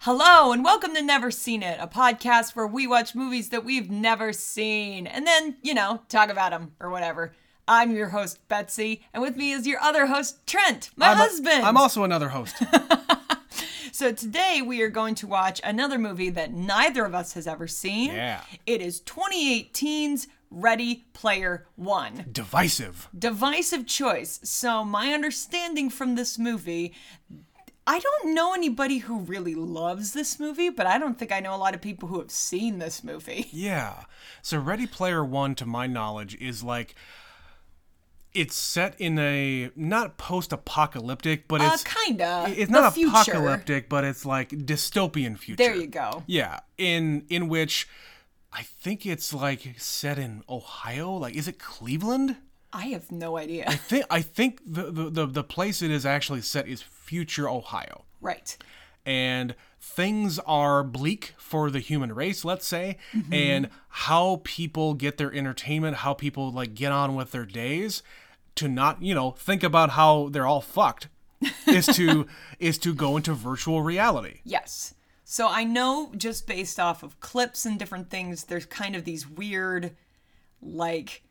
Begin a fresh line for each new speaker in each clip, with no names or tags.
Hello, and welcome to Never Seen It, a podcast where we watch movies that we've never seen and then, you know, talk about them or whatever. I'm your host, Betsy, and with me is your other host, Trent, my
I'm a-
husband.
I'm also another host.
So today we are going to watch another movie that neither of us has ever seen.
Yeah.
It is 2018's Ready Player One
Divisive.
divisive choice. So, my understanding from this movie, I don't know anybody who really loves this movie, but I don't think I know a lot of people who have seen this movie.
Yeah. So Ready Player One, to my knowledge, is like it's set in a not post-apocalyptic, but
Uh,
it's
kind of.
it's not apocalyptic, but it's like dystopian future.
There you go.
Yeah. In in which I think it's like set in Ohio. Like, is it Cleveland?
I have no idea.
I think I think the the, the, the place it is actually set is future Ohio.
right.
and things are bleak for the human race let's say
Mm-hmm.
and how people get their entertainment how people like get on with their days to not you know think about how they're all fucked is to is to go into virtual reality
Yes. So I know just based off of clips and different things, there's kind of these weird, like,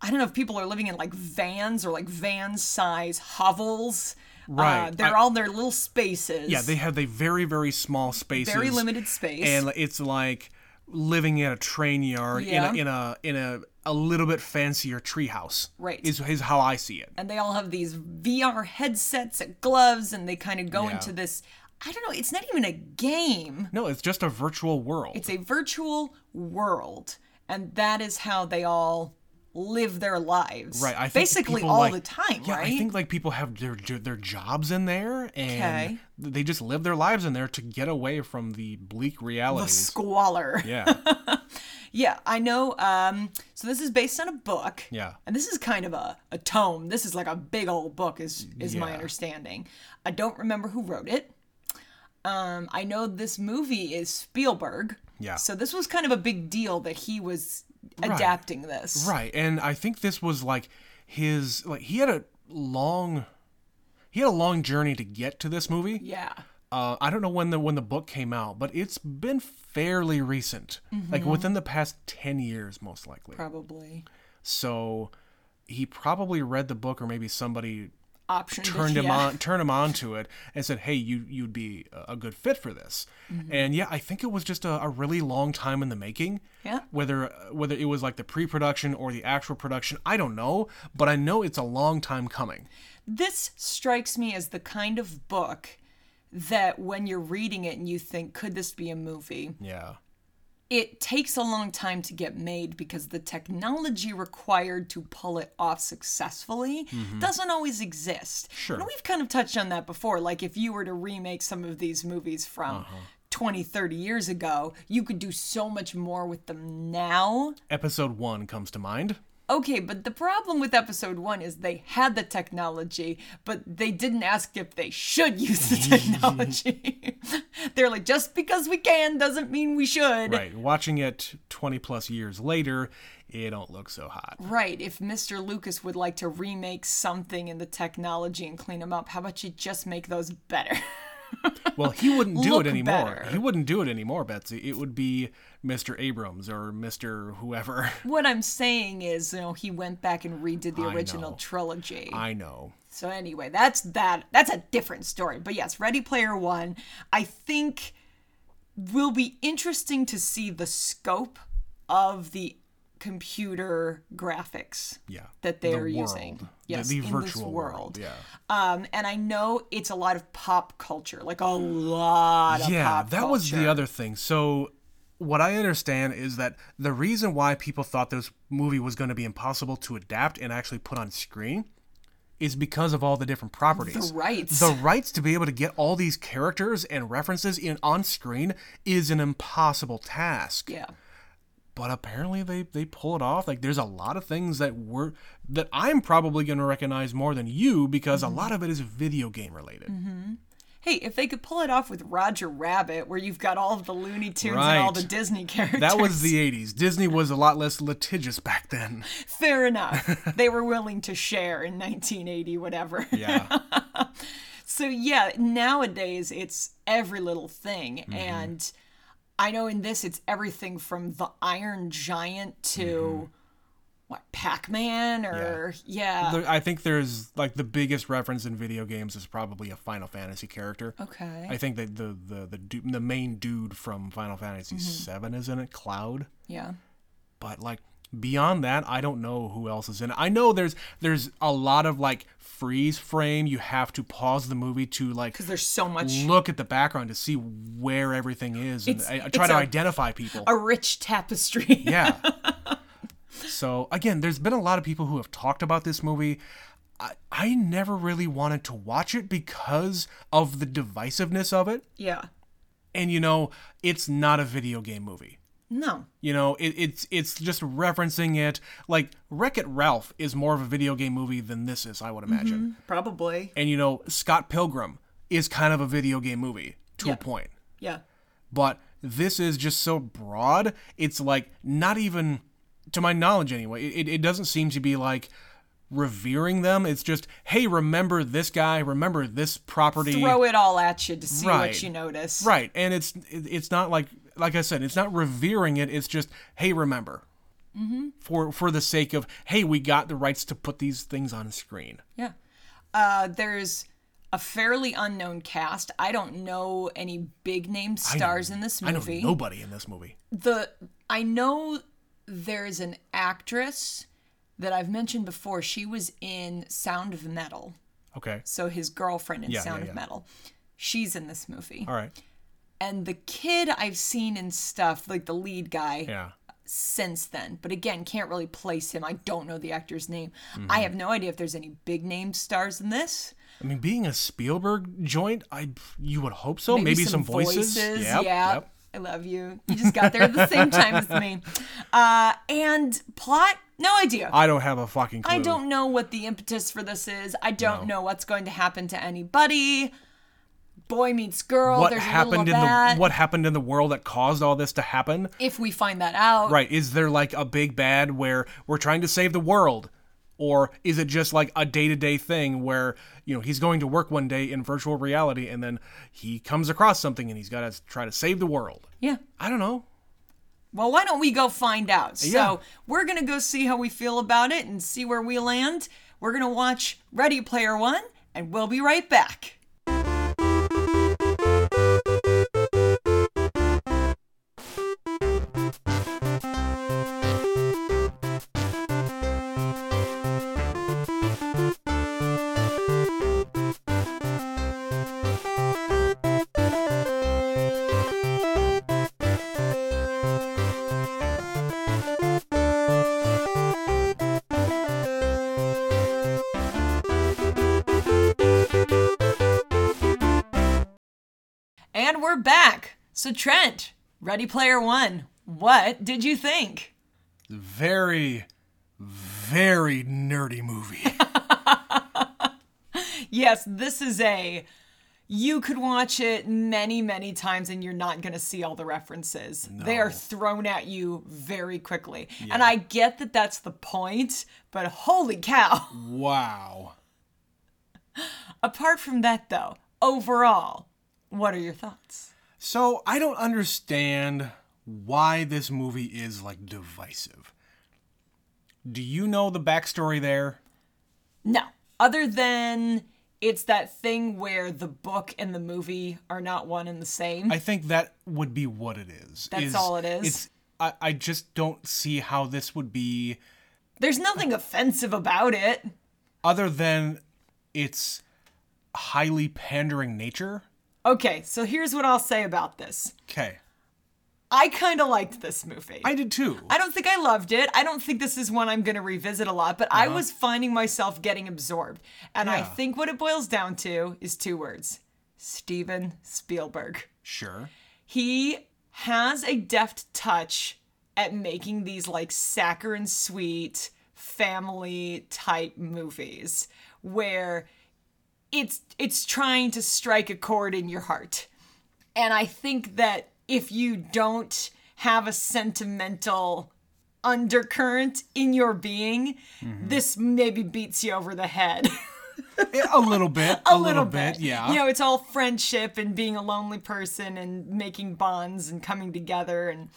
I don't know if people are living in like vans or like van size hovels. Uh,
Right.
they're
I-
all their little spaces.
yeah they have a very very small spaces
very limited space.
and it's like living in a train yard
Yeah.
in a in a in a, a little bit fancier treehouse
Right.
is, is how i see it
and they all have these VR headsets and gloves, and they kind of go
Yeah.
into this. I don't know. It's not even a game.
no it's just a virtual world
It's a virtual world, and that is how they all live their lives.
Right. I think
basically
people,
all
like-
the time.
Yeah,
right.
I think like people have their their jobs in there, and
Okay.
they just live their lives in there to get away from the bleak
the
realities.
squalor. Yeah.
yeah,
I know. Um, so this is based on a book.
Yeah.
And this is kind of a, a tome. This is like a big old book, is is my
Yeah.
understanding. I don't remember who wrote it. Um, I know this movie is Spielberg.
Yeah.
So this was kind of a big deal that he was adapting this.
right. And I think this was like his like he had a long he had a long journey to get to this movie.
Yeah.
Uh, I don't know when the when the book came out, but it's been fairly recent,
Mm-hmm.
like within the past ten years, most likely.
Probably.
So he probably read the book, or maybe somebody
Option.
turned him
yeah.
on turned him on to it and said hey you you'd be a a good fit for this
Mm-hmm.
and yeah i think it was just a, a really long time in the making
Yeah.
whether whether it was like the pre-production or the actual production i don't know but i know it's a long time coming
this strikes me as the kind of book that when you're reading it and you think could this be a movie
yeah
it takes a long time to get made because the technology required to pull it off successfully doesn't always exist
Mm-hmm. Sure.
and we've kind of touched on that before like if you were to remake some of these movies from
Uh-huh.
twenty, thirty 20 30 years ago you could do so much more with them now
episode one comes to mind
Okay, but the problem with episode one is they had the technology, but they didn't ask if they should use the technology. They're like, just because we can doesn't mean we should.
right watching it 20 plus years later it don't look so hot
Right, If Mr. Lucas would like to remake something in the technology and clean them up, how about you just make those better?
well he wouldn't do
Look
it anymore
better.
he wouldn't do it anymore betsy it would be mr abrams or mr whoever
what I'm saying is, you know, he went back and redid the
I
original
know.
trilogy.
i know
So anyway, that's that. That's a different story. But yes, Ready Player One, I think will be interesting to see the scope of the computer graphics
yeah
that they
the
are
world.
using.
The-
Yes,
the,
in
virtual
this world.
world. Yeah,
Um, and I know it's a lot of pop culture, like a lot of
yeah,
pop
that was the
culture.
other thing. So, what I understand is that the reason why people thought this movie was going to be impossible to adapt and actually put on screen is because of all the different properties.
The rights.
The rights to be able to get all these characters and references in on screen is an impossible task.
yeah.
But apparently they they pull it off. Like there's a lot of things that were that I'm probably going to recognize more than you because
Mm-hmm.
a lot of it is video game related.
Hey, if they could pull it off with Roger Rabbit, where you've got all of the Looney Tunes and all
Right.
the Disney characters,
That was the 80s. Disney was a lot less litigious back then.
fair enough. they were willing to share in 1980, whatever.
Yeah.
So yeah, nowadays it's every little thing
Mm-hmm.
and I know in this it's everything from the Iron Giant to
Mm-hmm.
what Pac-Man or yeah.
There- I think there's like the biggest reference in video games is probably a Final Fantasy character.
okay.
I think that the the the du- the main dude from Final Fantasy
Mm-hmm.
VII is in it, Cloud.
yeah.
But like beyond that, I don't know who else is in it. I know there's there's a lot of like freeze frame. You have to pause the movie to like
Cuz there's so much
look at the background to see where everything is and
It's-
I, I
it's
try to
a-
identify people.
a rich tapestry.
yeah. So again, there's been a lot of people who have talked about this movie. I, I never really wanted to watch it because of the divisiveness of it.
yeah.
And you know, it's not a video game movie.
No.
You know, it, it's it's just referencing it. Like Wreck It Ralph is more of a video game movie than this is, I would imagine.
Mm-hmm. Probably.
And you know, Scott Pilgrim is kind of a video game movie to a
Yeah.
point.
Yeah.
But this is just so broad. It's like not even, to my knowledge anyway, it, it doesn't seem to be like revering them. It's just, hey, remember this guy, remember this property.
Throw it all at you to see
Right.
what you notice.
Right, and it's it- it's not like like I said, it's not revering it. It's just hey, remember,
Mm-hmm.
for for the sake of hey, we got the rights to put these things on screen.
Yeah. Uh, there's a fairly unknown cast. I don't know any big name stars in this
I
movie.
know nobody in this movie.
The I know there's an actress that I've mentioned before. She was in Sound of Metal.
Okay,
So his girlfriend in
Yeah,
Sound
yeah,
of
yeah.
Metal. She's in this movie.
all right,
And the kid I've seen in stuff, like the lead guy,
yeah,
since then. But again, can't really place him. I don't know the actor's name.
Mm-hmm.
I have no idea if there's any big name stars in this.
I mean, being a Spielberg joint, I you would hope so. Oh, Maybe, some, voices.
Yeah,
Yep, yep.
I love you. You just got there at the same time as me. Uh, and plot? No idea. I,
I don't have a fucking clue.
don't know what the impetus for this is. I don't know what's going to happen to anybody. Boy meets girl.
What
There's a
happened
little
in
of that.
the what happened in the world that caused all this to happen?
if we find that out,
Right. Is there like a big bad where we're trying to save the world? Or is it just like a day to day thing where, you know, he's going to work one day in virtual reality and then he comes across something and he's got to try to save the world?
yeah.
I don't know.
Well, why don't we go find out? So
Yeah.
we're gonna go see how we feel about it and see where we land. We're gonna watch Ready Player One, and we'll be right back. And we're back. So, Trent, Ready Player One, what did you think?
Very, very nerdy movie.
Yes, this is a. You could watch it many, many times and you're not going to see all the references. They are thrown at you very quickly. And I get that that's the point, but holy cow.
wow.
Apart from that, though, overall, what are your thoughts?
So I don't understand why this movie is like divisive. Do you know the backstory there?
No, other than it's that thing where the book and the movie are not one and the same.
I think that would be what it is.
That's all it is?
It's I, I just don't see how this would be
There's nothing offensive about it.
other than its highly pandering nature.
Okay, so here's what I'll say about this.
Okay.
I kind of liked this movie.
I did too.
I don't think I loved it. I don't think this is one I'm going to revisit a lot, but I was finding myself getting absorbed. And I
Uh-huh. Yeah.
think what it boils down to is two words Steven Spielberg.
sure.
He has a deft touch at making these like saccharine sweet family type movies where it's it's trying to strike a chord in your heart. And I think that if you don't have a sentimental undercurrent in your being, this maybe beats you over the head.
Eh, a little bit. A, little, bit. Yeah.
You know, it's all friendship and being a lonely person and making bonds and coming together and,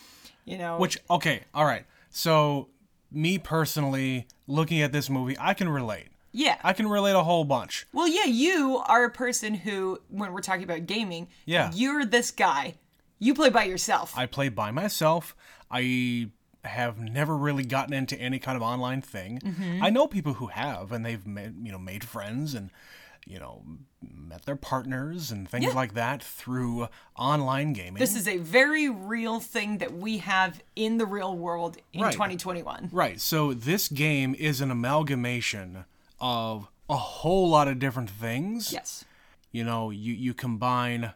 you know.
Which okay, all right. So me personally, looking at this movie, I can relate.
yeah.
I can relate a whole bunch.
well, yeah, you are a person who, when we're talking about gaming,
Yeah.
you're this guy. You play by yourself.
I play by myself. I have never really gotten into any kind of online thing. I know people who have, and they've made, you know made friends and you know met their partners and things like that through online gaming.
this is a very real thing that we have in the real world in
Right.
2021.
Right. So this game is an amalgamation of a whole lot of different things.
Yes.
You know, you you combine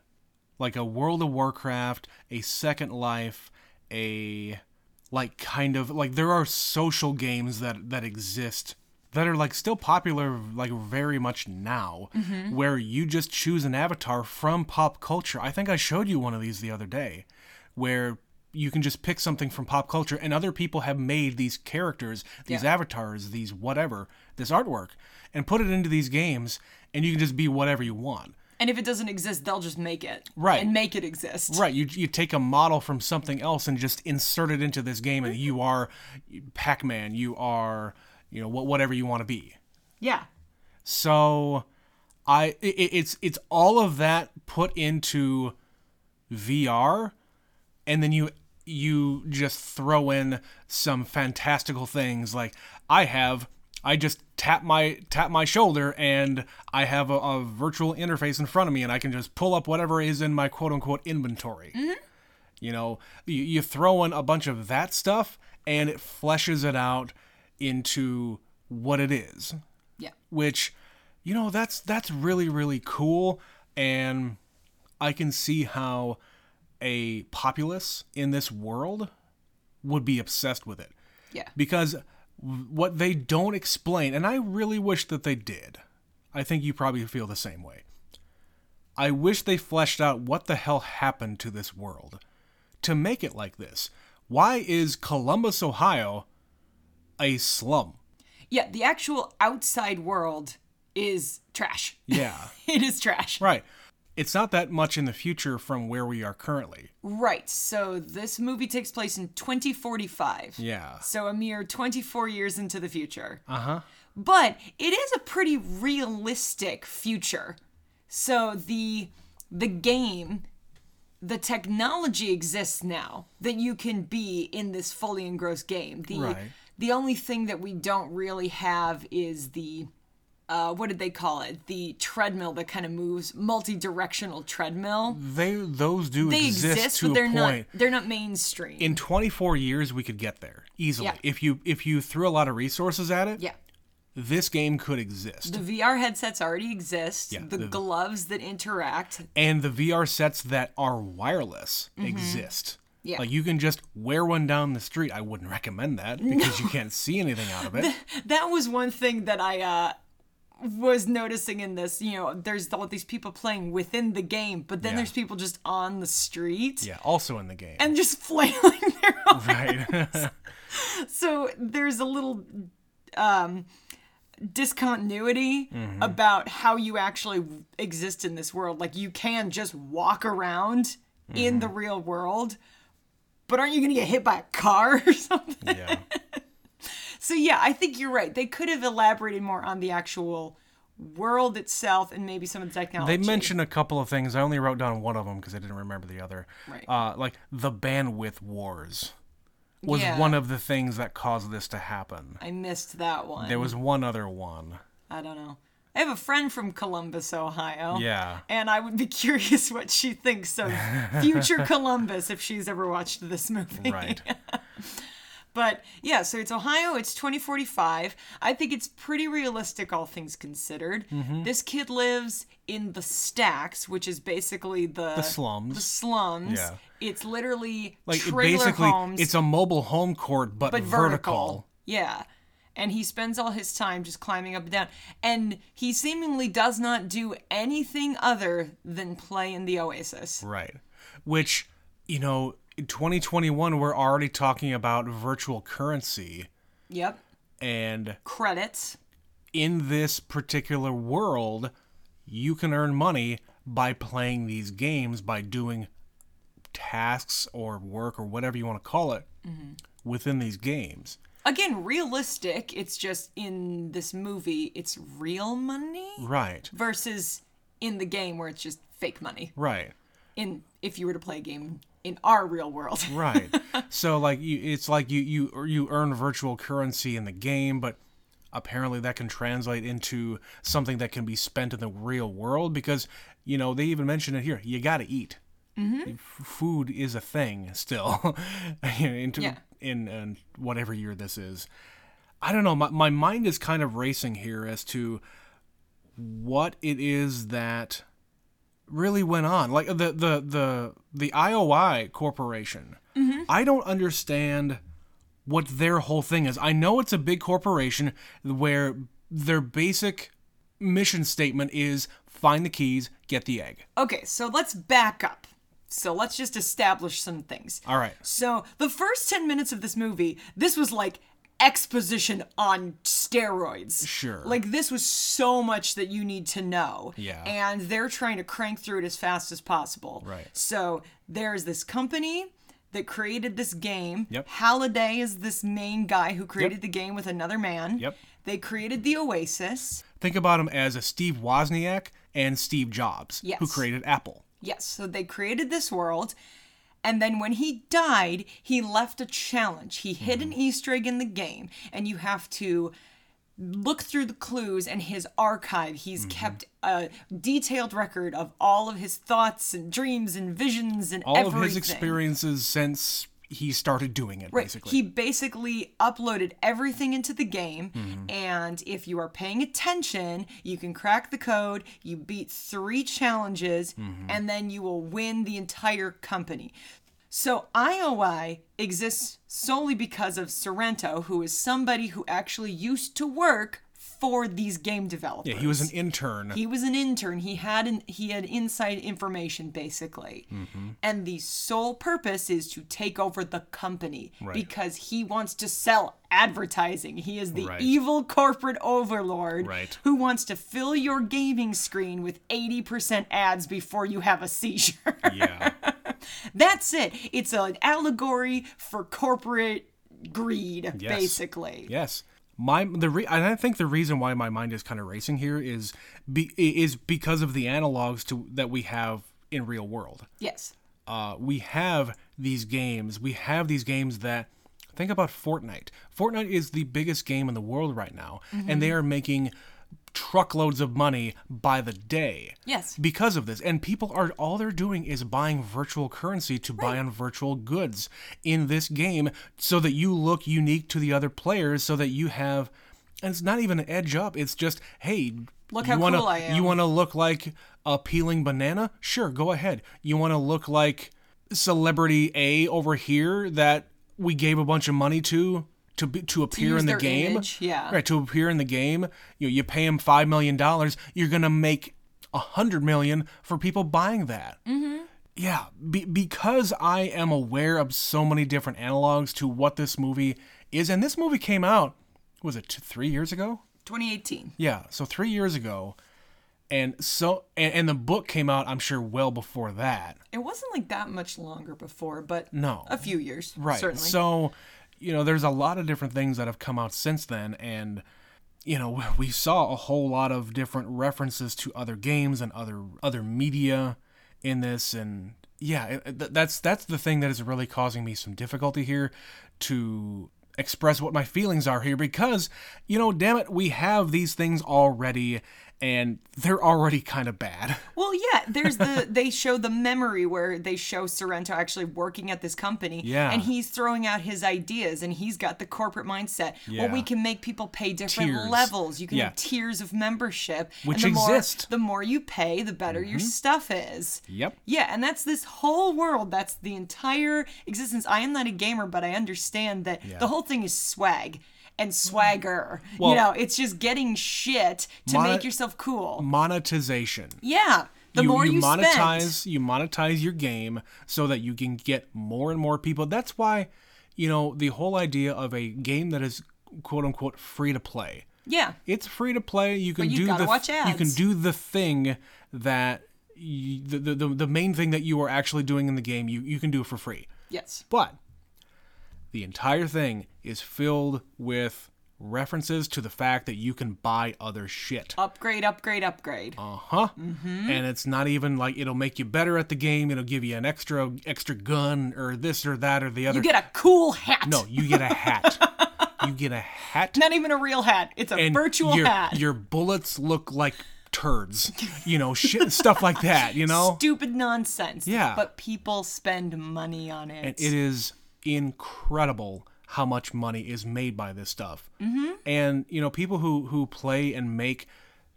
like a World of Warcraft, a Second Life, a like kind of like there are social games that that exist that are like still popular like very much now where you just choose an avatar from pop culture. I think I showed you one of these the other day where you can just pick something from pop culture and other people have made these characters, these avatars, these whatever, this artwork and put it into these games and you can just be whatever you want.
And if it doesn't exist, they'll just make it.
Right.
And make it exist.
Right, you you take a model from something else and just insert it into this game, and you are Pac-Man. You are you know wh- whatever you want to be.
Yeah.
So, I i- i it's it's all of that put into VR, and then you you just throw in some fantastical things like I have. I just tap my tap my shoulder and I have a, a virtual interface in front of me and I can just pull up whatever is in my quote unquote inventory. You know, you, you throw in a bunch of that stuff and it fleshes it out into what it is
Yeah.
which you know that's that's really really cool and i can see how a populace in this world would be obsessed with it
Yeah.
because w- what they don't explain and i really wish that they did i think you probably feel the same way i wish they fleshed out what the hell happened to this world to make it like this why is columbus ohio a slum
Yeah. The actual outside world is trash.
yeah
it is trash.
Right. It's not that much in the future from where we are currently.
Right. So this movie takes place in 2045.
Yeah.
So a mere 24 years into the future. Uh
Uh-huh.
huh. But it is a pretty realistic future. So the the game, the technology exists now that you can be in this fully engrossed game. The
Right.
the only thing that we don't really have is the uh, what did they call it? The treadmill that kind of moves, multi-directional treadmill
They those do
they
exist,
exist,
to
but
a
they're
point.
not they're not mainstream.
in 24 years we could get there easily.
Yeah.
If you if you threw a lot of resources at it,
yeah.
this game could exist.
The VR headsets already exist. the,
the-
gloves that interact.
and the VR sets that are wireless exist.
Mm-hmm. Yeah.
Like you can just wear one down the street. I wouldn't recommend that because you can't see anything out of it.
That was one thing that I uh was noticing in this, you know, there's all these people playing within the game, but then
Yeah.
there's people just on the street
yeah, also in the game.
and just flailing their arms.
right.
so there's a little um, discontinuity about how you actually exist in this world. Like you can just walk around in the real world, but aren't you going to get hit by a car or something?
yeah.
So yeah, I think you're right. They could have elaborated more on the actual world itself and maybe some of the technology.
They mentioned a couple of things. I only wrote down one of them because I didn't remember the other.
Right.
Uh, like the bandwidth wars was
Yeah.
one of the things that caused this to happen.
I missed that one.
There was one other one.
I don't know. I have a friend from Columbus, Ohio.
Yeah.
And I would be curious what she thinks of future Columbus if she's ever watched this movie.
Right.
But yeah, so it's Ohio, it's 2045. I think it's pretty realistic, all things considered.
Mm-hmm.
This kid lives in the stacks, which is basically the, the
slums.
The slums.
Yeah.
It's literally
like it
trailer
basically,
homes,
it's a mobile home court, but,
but
vertical.
vertical. Yeah. And he spends all his time just climbing up and down. And he seemingly does not do anything other than play in the Oasis.
Right. Which, you know, in 2021, we're already talking about virtual currency
Yep.
and
Credits.
in this particular world, you can earn money by playing these games, by doing tasks or work or whatever you want to call it within these games.
Again, realistic. It's just in this movie, it's real money
Right,
versus in the game where it's just fake money.
right.
In if you were to play a game in our real world.
Right. so like you it's like you you or you earn virtual currency in the game, but apparently that can translate into something that can be spent in the real world because you know they even mention it here. You got to eat. F- Food is a thing still, in,
Yeah.
in in whatever year this is. I don't know. My my mind is kind of racing here as to what it is that really went on like the the the the IOI corporation
Mm-hmm.
I don't understand what their whole thing is I know it's a big corporation where their basic mission statement is find the keys get the egg
Okay, so let's back up. So let's just establish some things.
all right
So the first 10 minutes of this movie, this was like exposition on steroids.
Sure.
Like this was so much that you need to know.
Yeah.
And they're trying to crank through it as fast as possible.
Right.
So there's this company that created this game.
Yep.
Halliday is this main guy who created the game with another man.
Yep.
They created the Oasis.
think about him as a Steve Wozniak and Steve Jobs who
Yes.
created Apple
Yes, so they created this world. And then when he died, he left a challenge. He hid an
Mm-hmm.
Easter egg in the game, and you have to look through the clues and his archive. He's
Mm-hmm.
kept a detailed record of all of his thoughts and dreams and visions and
all
everything.
of his experiences since he started doing it
Right.
basically
He basically uploaded everything into the game,
Mm-hmm.
and if you are paying attention, you can crack the code. You beat three challenges,
Mm-hmm.
and then you will win the entire company. So IOI exists solely because of Sorrento, who is somebody who actually used to work for these game developers.
yeah, he was an intern
He was an intern. He had an, he had inside information basically,
Mm-hmm.
and the sole purpose is to take over the company because he wants to sell advertising. He is the
Right.
evil corporate overlord
Right.
who wants to fill your gaming screen with eighty percent ads before you have a seizure.
yeah
That's it. It's an allegory for corporate greed,
Yes.
basically.
Yes. My the re- and I think the reason why my mind is kind of racing here is be, is because of the analogs to that we have in real world.
Yes.
Uh, we have these games. We have these games that think about Fortnite. Fortnite is the biggest game in the world right now, and they are making truckloads of money by the day
Yes.
because of this and people are all they're doing is buying virtual currency to buy on virtual goods in this game so that you look unique to the other players so that you have and it's not even an edge up it's just hey
Look
you
how
wanna,
cool I am.
you want to look like a peeling banana sure go ahead you want to look like celebrity a over here that we gave a bunch of money to to, be, to appear
use
in the
their
game
image, yeah.
right to appear in the game you know, you pay him five million dollars you're gonna make a hundred million for people buying that mm-hmm. yeah be- because i am aware of so many different analogs to what this movie is and this movie came out was it two, three years ago
2018.
yeah so three years ago and so and, and the book came out i'm sure well before that
It wasn't like that much longer before, but
No.
a few years,
Right.
Certainly.
So, you know, there's a lot of different things that have come out since then, and you know, we saw a whole lot of different references to other games and other other media in this, and yeah, it- it- th- that's that's the thing that is really causing me some difficulty here to express what my feelings are here because you know damn it we have these things already and they're already kind of bad
well, yeah, there's the they show the memory where they show Sorrento actually working at this company,
Yeah.
and he's throwing out his ideas, and he's got the corporate mindset. Well, we
Yeah.
can make people pay different
Tiers.
levels. You can
Yeah.
have tiers of membership, and
Which
the more-
exist. Mm-hmm.
the more you pay, the better your stuff is.
yep
Yeah, and that's this whole world. That's the entire existence. I am not a gamer, but I understand that the whole thing is swag and swagger.
Mm. Well-
you know, it's just getting shit to
Mon-
make yourself cool.
monetization
Yeah, the more you,
monetize
spend.
you monetize your game so that you can get more and more people that's why you know the whole idea of a game that is quote unquote free to play
Yeah.
It's free to play. You can
you
do
gotta
the
watch
you can
ads.
do the thing that you, the, the- the the main thing that you are actually doing in the game. You you can do for free.
Yes.
But the entire thing is filled with references to the fact that you can buy other shit.
Upgrade, upgrade, upgrade.
Uh huh.
Mm-hmm.
And it's not even like it'll make you better at the game. It'll give you an extra extra gun or this or that or the other.
you get a cool hat.
no, you get a hat. you get a hat.
Not even a real hat. It's a
and
virtual
your,
hat.
Your bullets look like turds. You know, shit, stuff like that. You know,
Stupid nonsense.
Yeah.
But people spend money on it.
And it is incredible how much money is made by this stuff. Mm-hmm. And you know, people who who play and make,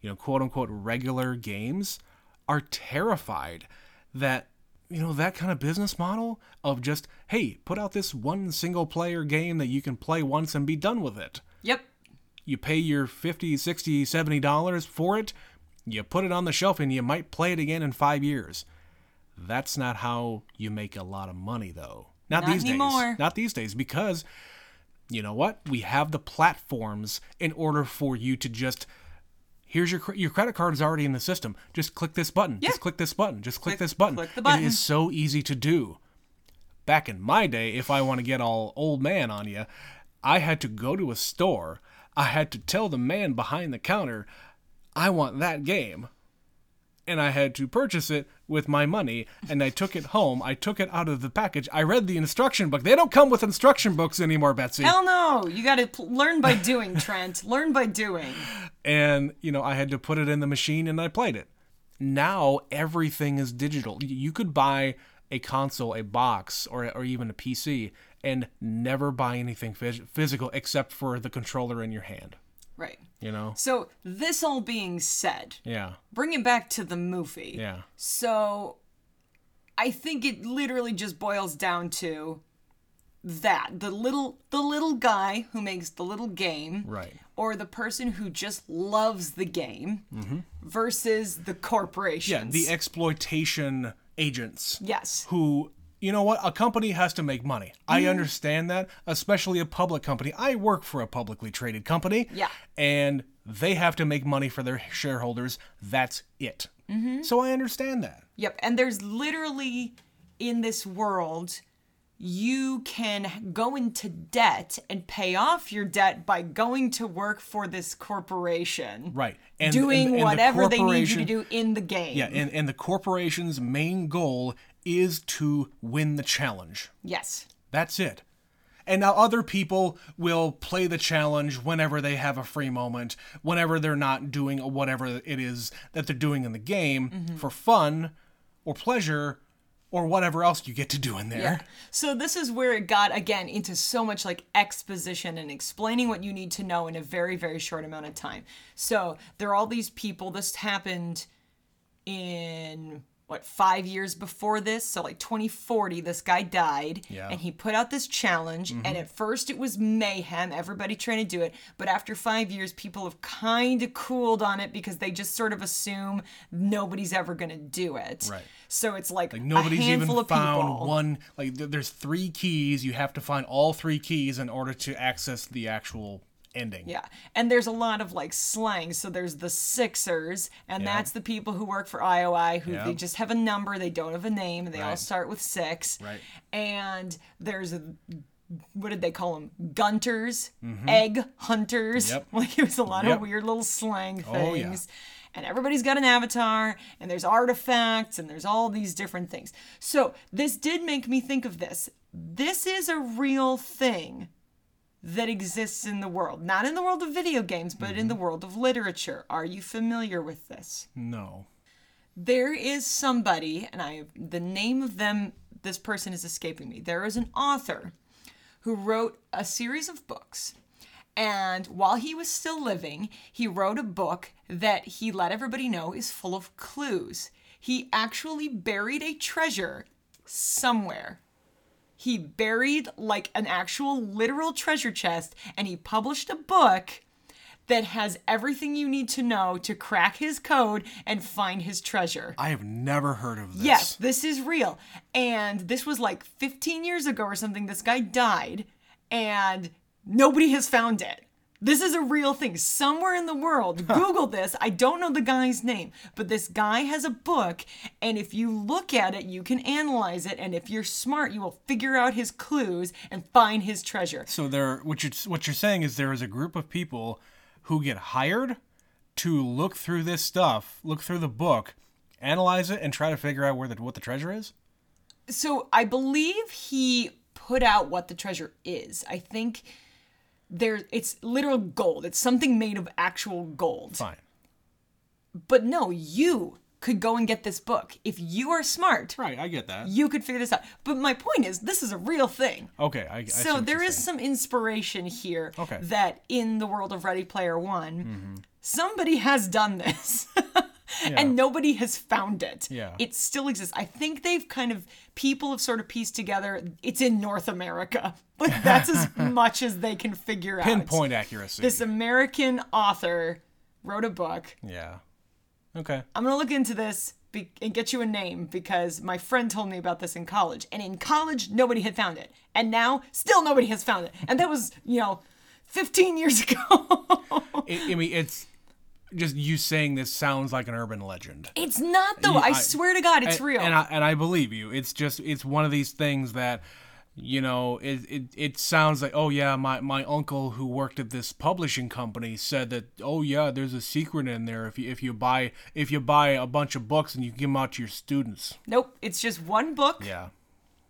you know, quote unquote regular games are terrified that you know that kind of business model of just hey put out this one single player game that you can play once and be done with it
yep.
you pay your 50 60 70 dollars for it you put it on the shelf and you might play it again in five years that's not how you make a lot of money though not,
Not
these
anymore.
days not these days because you know what we have the platforms in order for you to just here's your cre- your credit card is already in the system just click this button just click this button just click, this button
click the
it
button.
is so easy to do back in my day, if I want to get all old man on you, I had to go to a store. I had to tell the man behind the counter, I want that game. And I had to purchase it with my money. And I took it home. I took it out of the package. I read the instruction book. They don't come with instruction books anymore, Betsy.
Hell no. You got to pl- learn by doing, Trent. learn by doing.
and you know i had to put it in the machine and i played it now everything is digital Y- you could buy a console a box or, or even a pc and never buy anything phys- physical except for the controller in your hand
Right.
you know
So, this all being said,
yeah
bringing back to the movie.
yeah
So I think it literally just boils down to that the little the little guy who makes the little game
right
or the person who just loves the game versus the
Mm-hmm. yeah
corporations.
the exploitation agents
yes.
who you know what a company has to make money
Mm-hmm.
i understand that especially a public company i work for a publicly traded company
Yeah.
and they have to make money for their shareholders that's it
Mm-hmm.
so i understand that
Yep. And there's literally in this world you can go into debt and pay off your debt by going to work for this corporation.
right and
Doing
and- and the
whatever they need you to
corporation-
do in the game.
yeah and, and the corporation's main goal is to win the challenge
Yes.
That's it. And now other people will play the challenge whenever they have a free moment, whenever they're not doing whatever it is that they're doing in the game
Mm-hmm.
for fun or pleasure or whatever else you get to do in there.
So this is where it got again into so much like exposition and explaining what you need to know in a very very short amount of time. So there are all these people. This happened in what five years before this. So like 2040, this guy died,
Yeah. Mm-hmm.
and he put out this challenge. And at first it was mayhem, everybody trying to do it. But after five years, people have kind of cooled on it because they just sort of assume nobody's ever going to do it.
Right.
So it's like,
Nobody's
a handful
even
of
found
people.
one. Like, th- there's three keys. You have to find all three keys in order to access the actual ending.
Yeah. And there's a lot of like slang. So there's the Sixers, and
Yeah.
that's the people who work for IOI who
Yeah.
they just have a number, they don't have a name, and they all
Right.
start with six.
Right.
And there's a what did they call them? Gunters, egg hunters.
Mm-hmm. Yep.
Like it was a lot
Yep.
of weird little slang
Oh, yeah.
things. And everybody's got an avatar, and there's artifacts, and there's all these different things. So this did make me think of this. This is a real thing that exists in the world. Not in the world of video games, but
Mm-hmm.
in the world of literature. Are you familiar with this?
No.
There is somebody, and I the name of them this person is escaping me. There is an author who wrote a series of books. And while he was still living, he wrote a book that he let everybody know is full of clues. He actually buried a treasure somewhere he buried like an actual literal treasure chest and he published a book that has everything you need to know to crack his code and find his treasure.
I have never heard of this.
Yes, this is real. And this was like 15 years ago or something. This guy died and nobody has found it. This is a real thing. Somewhere in the world, Google this. I don't know the guy's name, but this guy has a book, and if you look at it, you can analyze it, and if you're smart, you will figure out his clues and find his treasure.
So there, what you're what you're saying is there is a group of people who get hired to look through this stuff, look through the book, analyze it, and try to figure out where the what the treasure is.
So I believe he put out what the treasure is. I think there it's literal gold. It's something made of actual gold.
Fine.
But no, you could go and get this book. If you are smart,
Right, I get that.
you could figure this out. But my point is this is a real thing.
Okay, I, I see
so
what
there
you're
is
saying.
some inspiration here
Okay. Mm-hmm.
that in the world of Ready Player One, somebody has done this. And nobody has found it.
Yeah.
It still exists. I think they've kind of people have sort of pieced together it's in North America. Like that's as much as they can figure out.
pinpoint accuracy.
This American author wrote a book.
yeah. Okay.
I'm gonna look into this be- and get you a name because my friend told me about this in college, and in college nobody had found it, and now still nobody has found it, and that was you know, 15 years ago.
I, I mean, it's just you saying this sounds like an urban legend.
it's not though. I,
I-
swear to God, it's
and,
real.
and I, and I believe you. It's just it's one of these things that you know it it, it sounds like oh yeah my, my uncle who worked at this publishing company said that oh yeah there's a secret in there if you if you buy if you buy a bunch of books and you give them out to your students
nope, it's just one book.
yeah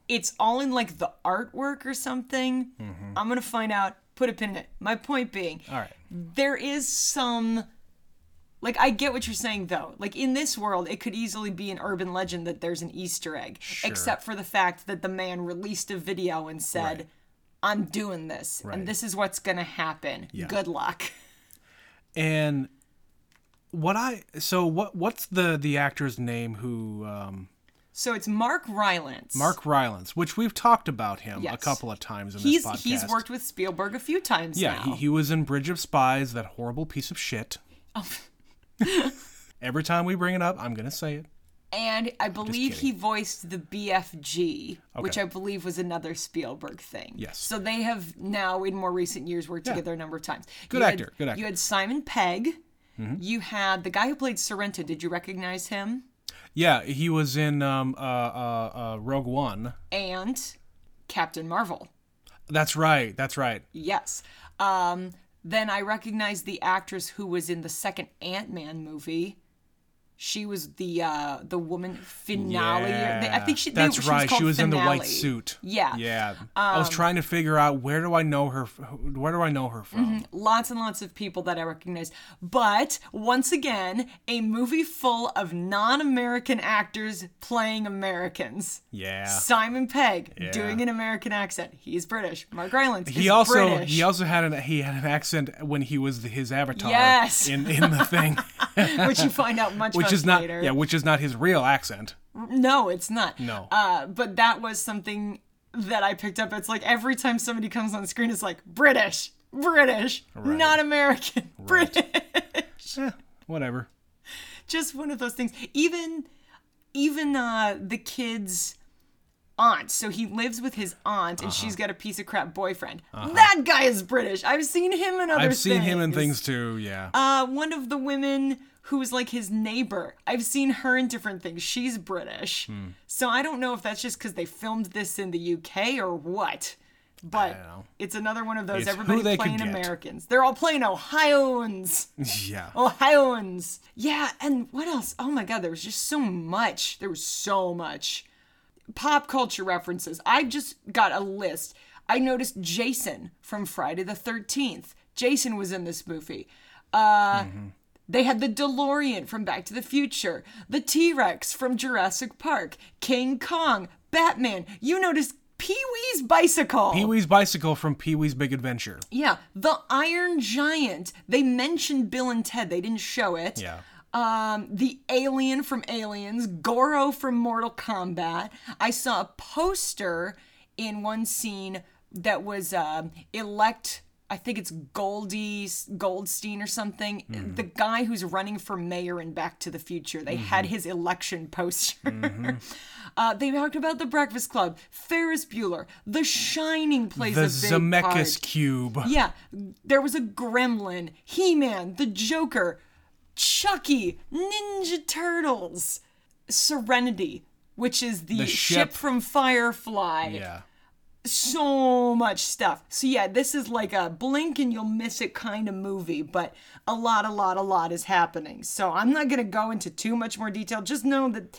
It's all in like the artwork or something. I'm gonna find out. Put a pin in it. My point being,
Mm-hmm. all right
there is some like I get what you're saying though. Like in this world, it could easily be an urban legend that there's an Easter egg, except for the fact that the man released a video and said, "I'm doing this,
Right.
and this is what's gonna happen. Good luck."
and what I so what what's the the actor's name who um,
So it's Mark Rylance.
Mark Rylance which we've talked about him a
Yes.
couple of times in
he's
this podcast
he's worked with Spielberg a few times
yeah
now.
he, he was in Bridge of Spies that horrible piece of shit
Oh.
Every time we bring it up, I'm gonna say it.
and I believe
kidding.
he voiced the BFG, which
Okay.
I believe was another Spielberg thing.
Yes.
So they have now, in more recent years, worked together a number of times.
Good
You
actor,
Had,
good actor. Mm-hmm.
You had Simon Pegg. You had the guy who played Sorrento. Did you recognize him?
Yeah, he was in um, uh, uh, uh, Rogue One.
And Captain Marvel.
That's right. That's right.
Yes. Um, then I recognized the actress who was in the second Ant Man movie. She was the uh, the woman finale. or- they- I think she. they-
That's
she
right.
Was
she was in the white
Finale.
suit.
Yeah. Um,
Yeah. I was trying to figure out where do I know her. f- Where do I know her from?
lots and lots of people that I recognize. But once again, a movie full of non American actors playing Americans.
Yeah.
Simon Pegg doing an American accent. He's British. Mark Rylance
He
is
also
British.
he also had an he had an accent when he was the, his avatar.
Yes.
In in the thing,
which you find out much
which
much
is not
later.
yeah, which is not his real accent.
No, it's not.
No.
Uh, but that was something that I picked up. It's like every time somebody comes on screen, it's like British, British, not American, British.
Eh, whatever.
just one of those things even even uh the kids aunt so he lives with his aunt and she's
Uh-huh.
got a piece of crap boyfriend that guy is british i've seen him in other
I've seen him in things too. Yeah.
uh one of the women who was like his neighbor i've seen her in different things she's british
Hmm.
so i don't know if that's just because they filmed this in the uk or what but
know.
it's another one of those
It's who
everybody
they could
playing
get.
americans they're all playing ohioans
yeah.
oh. Ohioans. Yeah, and what else? Oh my god, there was just so much. There was so much. Pop culture references. I just got a list. I noticed Jason from Friday the 13th. Jason was in this movie. Uh, They had the DeLorean from Back to the Future, the T Rex from Jurassic Park, King Kong, Batman. You noticed Pee Wee's bicycle.
Pee Wee's bicycle from Pee Wee's Big Adventure.
Yeah, the Iron Giant. They mentioned Bill and Ted. They didn't show it.
Yeah.
Um, the Alien from Aliens, Goro from Mortal Kombat. I saw a poster in one scene that was um, elect. I I think it's Goldie Goldstein or something,
Mm-hmm.
the guy who's running for mayor in Back to the Future. They had his election poster.
Mm-hmm.
uh, they talked about The Breakfast Club, Ferris Bueller, The Shining plays
The
a big part.
Zemeckis cube.
Yeah, there was a Gremlin, He Man, the Joker, Chucky, Ninja Turtles, Serenity, which is the,
The
ship.
ship.
from Firefly.
Yeah.
So much stuff. So, yeah, this is like a blink and you'll miss it kind of movie, but a lot, a lot, a lot is happening. So, I'm not going to go into too much more detail. Just know that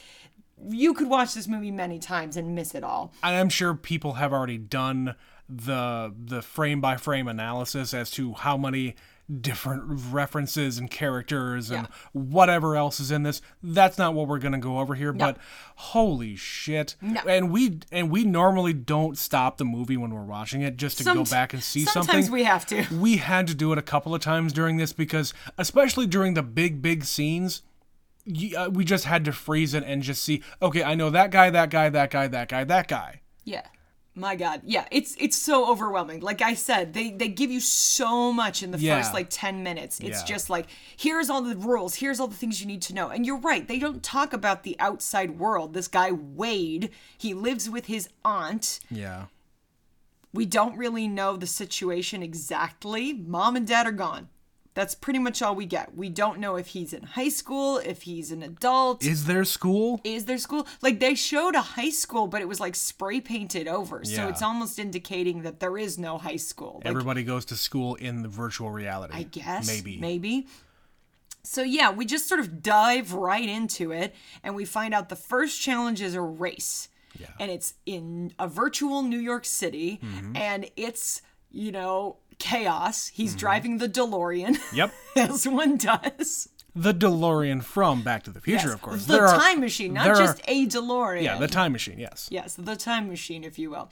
you could watch this movie many times and miss it all.
And I'm sure people have already done the the frame by frame analysis as to how many different references and characters and
Yeah.
whatever else is in this. That's not what we're going to go over here, but holy shit. And we and we normally don't stop the movie when we're watching it just to
Somet-
go back and see
sometimes
something.
we have to.
we had to do it a couple of times during this because especially during the big big scenes you, uh, we just had to freeze it and just see okay i know that guy that guy that guy that guy that guy
Yeah. My God. Yeah. It's it's so overwhelming. Like I said, they they give you so much in the
Yeah.
first like ten minutes. It's
Yeah.
just like here's all the rules, here's all the things you need to know. And you're right, they don't talk about the outside world. This guy Wade, he lives with his aunt.
yeah
We don't really know the situation exactly. Mom and dad are gone. That's pretty much all we get. We don't know if he's in high school, if he's an adult
is there school
is their school like they showed a high school but it was like spray painted over so
Yeah.
it's almost indicating that there is no high school like
everybody goes to school in the virtual reality
i guess
maybe
maybe so yeah we just sort of dive right into it and we find out the first challenge is a race yeah. and it's in a virtual new york city
Mm-hmm.
and it's you know chaos he's
Mm-hmm.
driving the delorean
yep
as one does
the delorean from back to the future of course
the
There are-
time machine not
there are-
just a delorean
yeah the time machine yes
Yes, the time machine, if you will.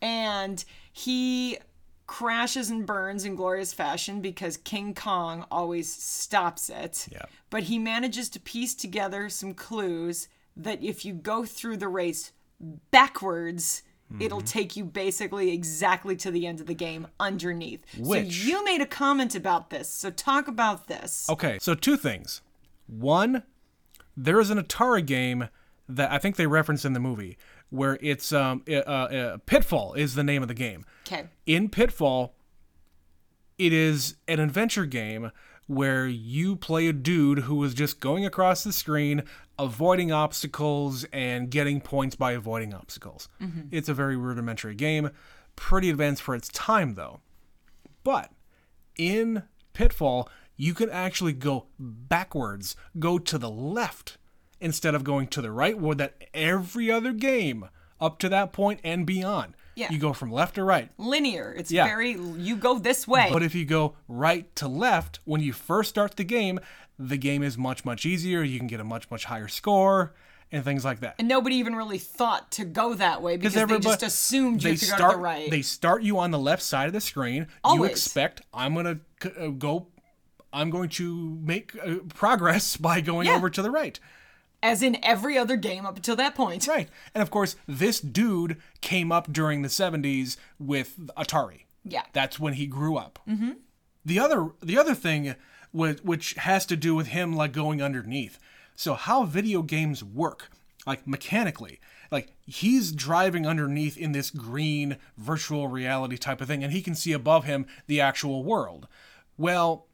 And he crashes and burns in glorious fashion because King Kong always stops it.
Yeah.
But he manages to piece together some clues that if you go through the race backwards,
Mm-hmm.
it'll take you basically exactly to the end of the game underneath.
Which- Oh.
So you made a comment about this. So talk about this.
Okay, so two things. One, there is an Atari game that I think they reference in the movie where it's um uh, uh, Pitfall is the name of the game.
Okay.
In Pitfall, it is an adventure game where you play a dude who is just going across the screen, avoiding obstacles and getting points by avoiding obstacles. It's a very rudimentary game, pretty advanced for its time though. But in Pitfall, you can actually go backwards, go to the left instead of going to the right, or that every other game up to that point and beyond.
Yeah.
You go from left to right.
Linear. It's
Yeah.
very, you go this way.
But if you go right to left when you first start the game, the game is much, much easier. You can get a much, much higher score and things like that.
and nobody even really thought to go that way because they
everybody-
just assumed you
they
could
start
go to the right.
they start you on the left side of the screen you
Always.
expect i'm gonna c- uh, go i'm going to make uh, progress by going
Yeah.
over to the right
As in every other game up until that point.
right and of course this dude came up during the 70s with atari
Yeah.
that's when he grew up mm-hmm. the other the other thing wa- which has to do with him like going underneath so how video games work like mechanically like he's driving underneath in this green virtual reality type of thing and he can see above him the actual world well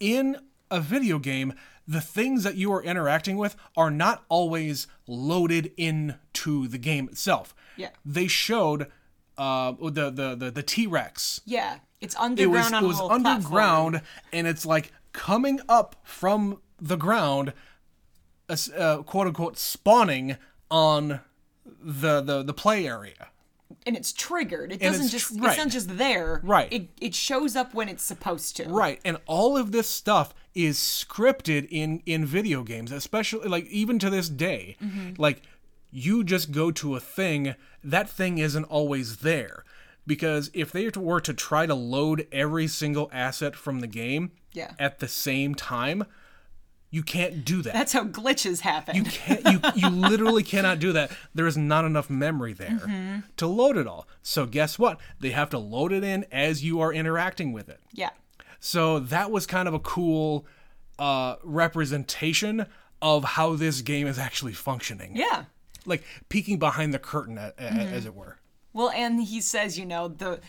in a video game the things that you are interacting with are not always loaded into the game itself
Yeah.
they showed uh, the the the, the t-rex
Yeah. It's
it was,
underground
it
on
was
a little platform.
underground and it's like coming up from the ground uh, uh, quote unquote spawning on the, the the play area
And it's triggered. It doesn't
it's
just
tr-
it's not
right.
just there.
Right.
It it shows up when it's supposed to.
right and all of this stuff is scripted in in video games especially like even to this day like you just go to a thing that thing isn't always there because if they were to try to load every single asset from the game
Yeah.
at the same time You can't do that.
That's how glitches happen.
you can't you, you literally cannot do that there is not enough memory there to load it all so guess what they have to load it in as you are interacting with it
yeah.
so that was kind of a cool uh, representation of how this game is actually functioning
Yeah.
like peeking behind the curtain a- a-
Mm-hmm.
as it were
Well, and he says, you know, the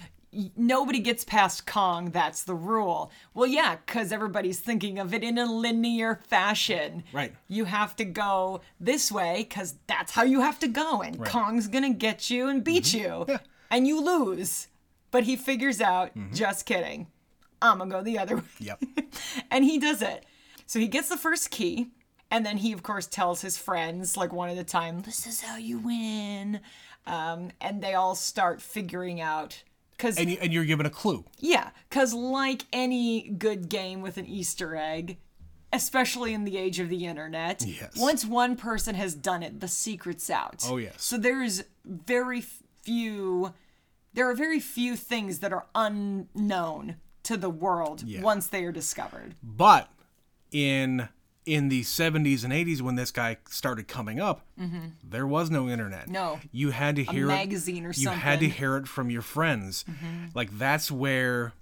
nobody gets past Kong, that's the rule. Well, yeah, cuz everybody's thinking of it in a linear fashion.
Right.
You have to go this way cuz that's how you have to go and Kong's going to get you and beat you.
Mm-hmm. Yeah. Mm-hmm.
And you lose. But he figures out, just kidding. I'm going to go the other way.
yep
and he does it. So he gets the first key, and then he, of course, tells his friends, like one at a time, this is how you win. Um, and they all start figuring out. Because,
and, you, and you're given a clue
yeah, because like any good game with an Easter egg, especially in the age of the internet,
Yes.
once one person has done it, the secret's out.
Oh, yes.
So there's very few, there are very few things that are unknown to the world once they are discovered.
but in in the 70s and 80s when this guy started coming up there was no internet
Mm-hmm. No.
you had to hear
magazine or
it, you had to
something.
hear it from your friends
Mm-hmm.
like that's where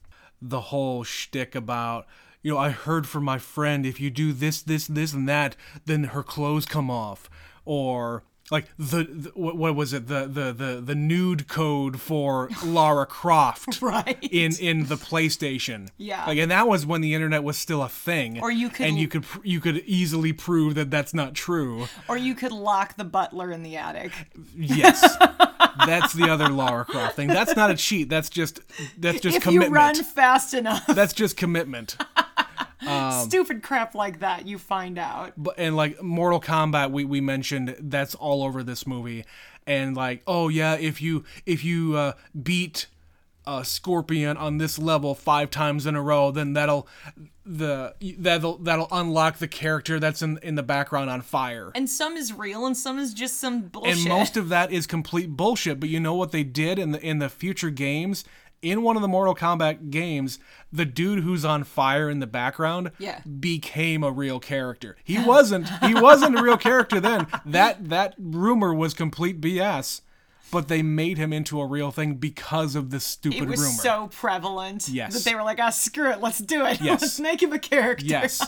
the whole shtick about you know i heard from my friend if you do this this this and that then her clothes come off or like the, the what what was it the the the, the nude code for lara croft
Right.
in in the PlayStation.
Yeah.
Like, and that was when the internet was still a thing.
Or you could-
and you could pr- you could easily prove that that's not true.
Or you could lock the butler in the attic.
Yes. that's the other Lara Croft thing. That's not a cheat. That's just that's just
if
commitment.
you run fast enough,
That's just commitment.
stupid crap like that, you find out.
But and like Mortal Kombat, we we mentioned that's all over this movie. And like, oh yeah, if you if you uh, beat uh, Scorpion on this level five times in a row, then that'll the that'll that'll unlock the character that's in in the background on fire.
And some is real and some is just some bullshit.
and most of that is complete bullshit. But you know what they did in the in the future games. In one of the Mortal Kombat games, the dude who's on fire in the background
Yeah.
became a real character. He wasn't. He wasn't a real character then. That that rumor was complete BS. But they made him into a real thing because of this stupid
it was
rumor.
so prevalent
Yes.
that they were like, ah, screw it, let's do it.
Yes.
let's make him a character.
yes.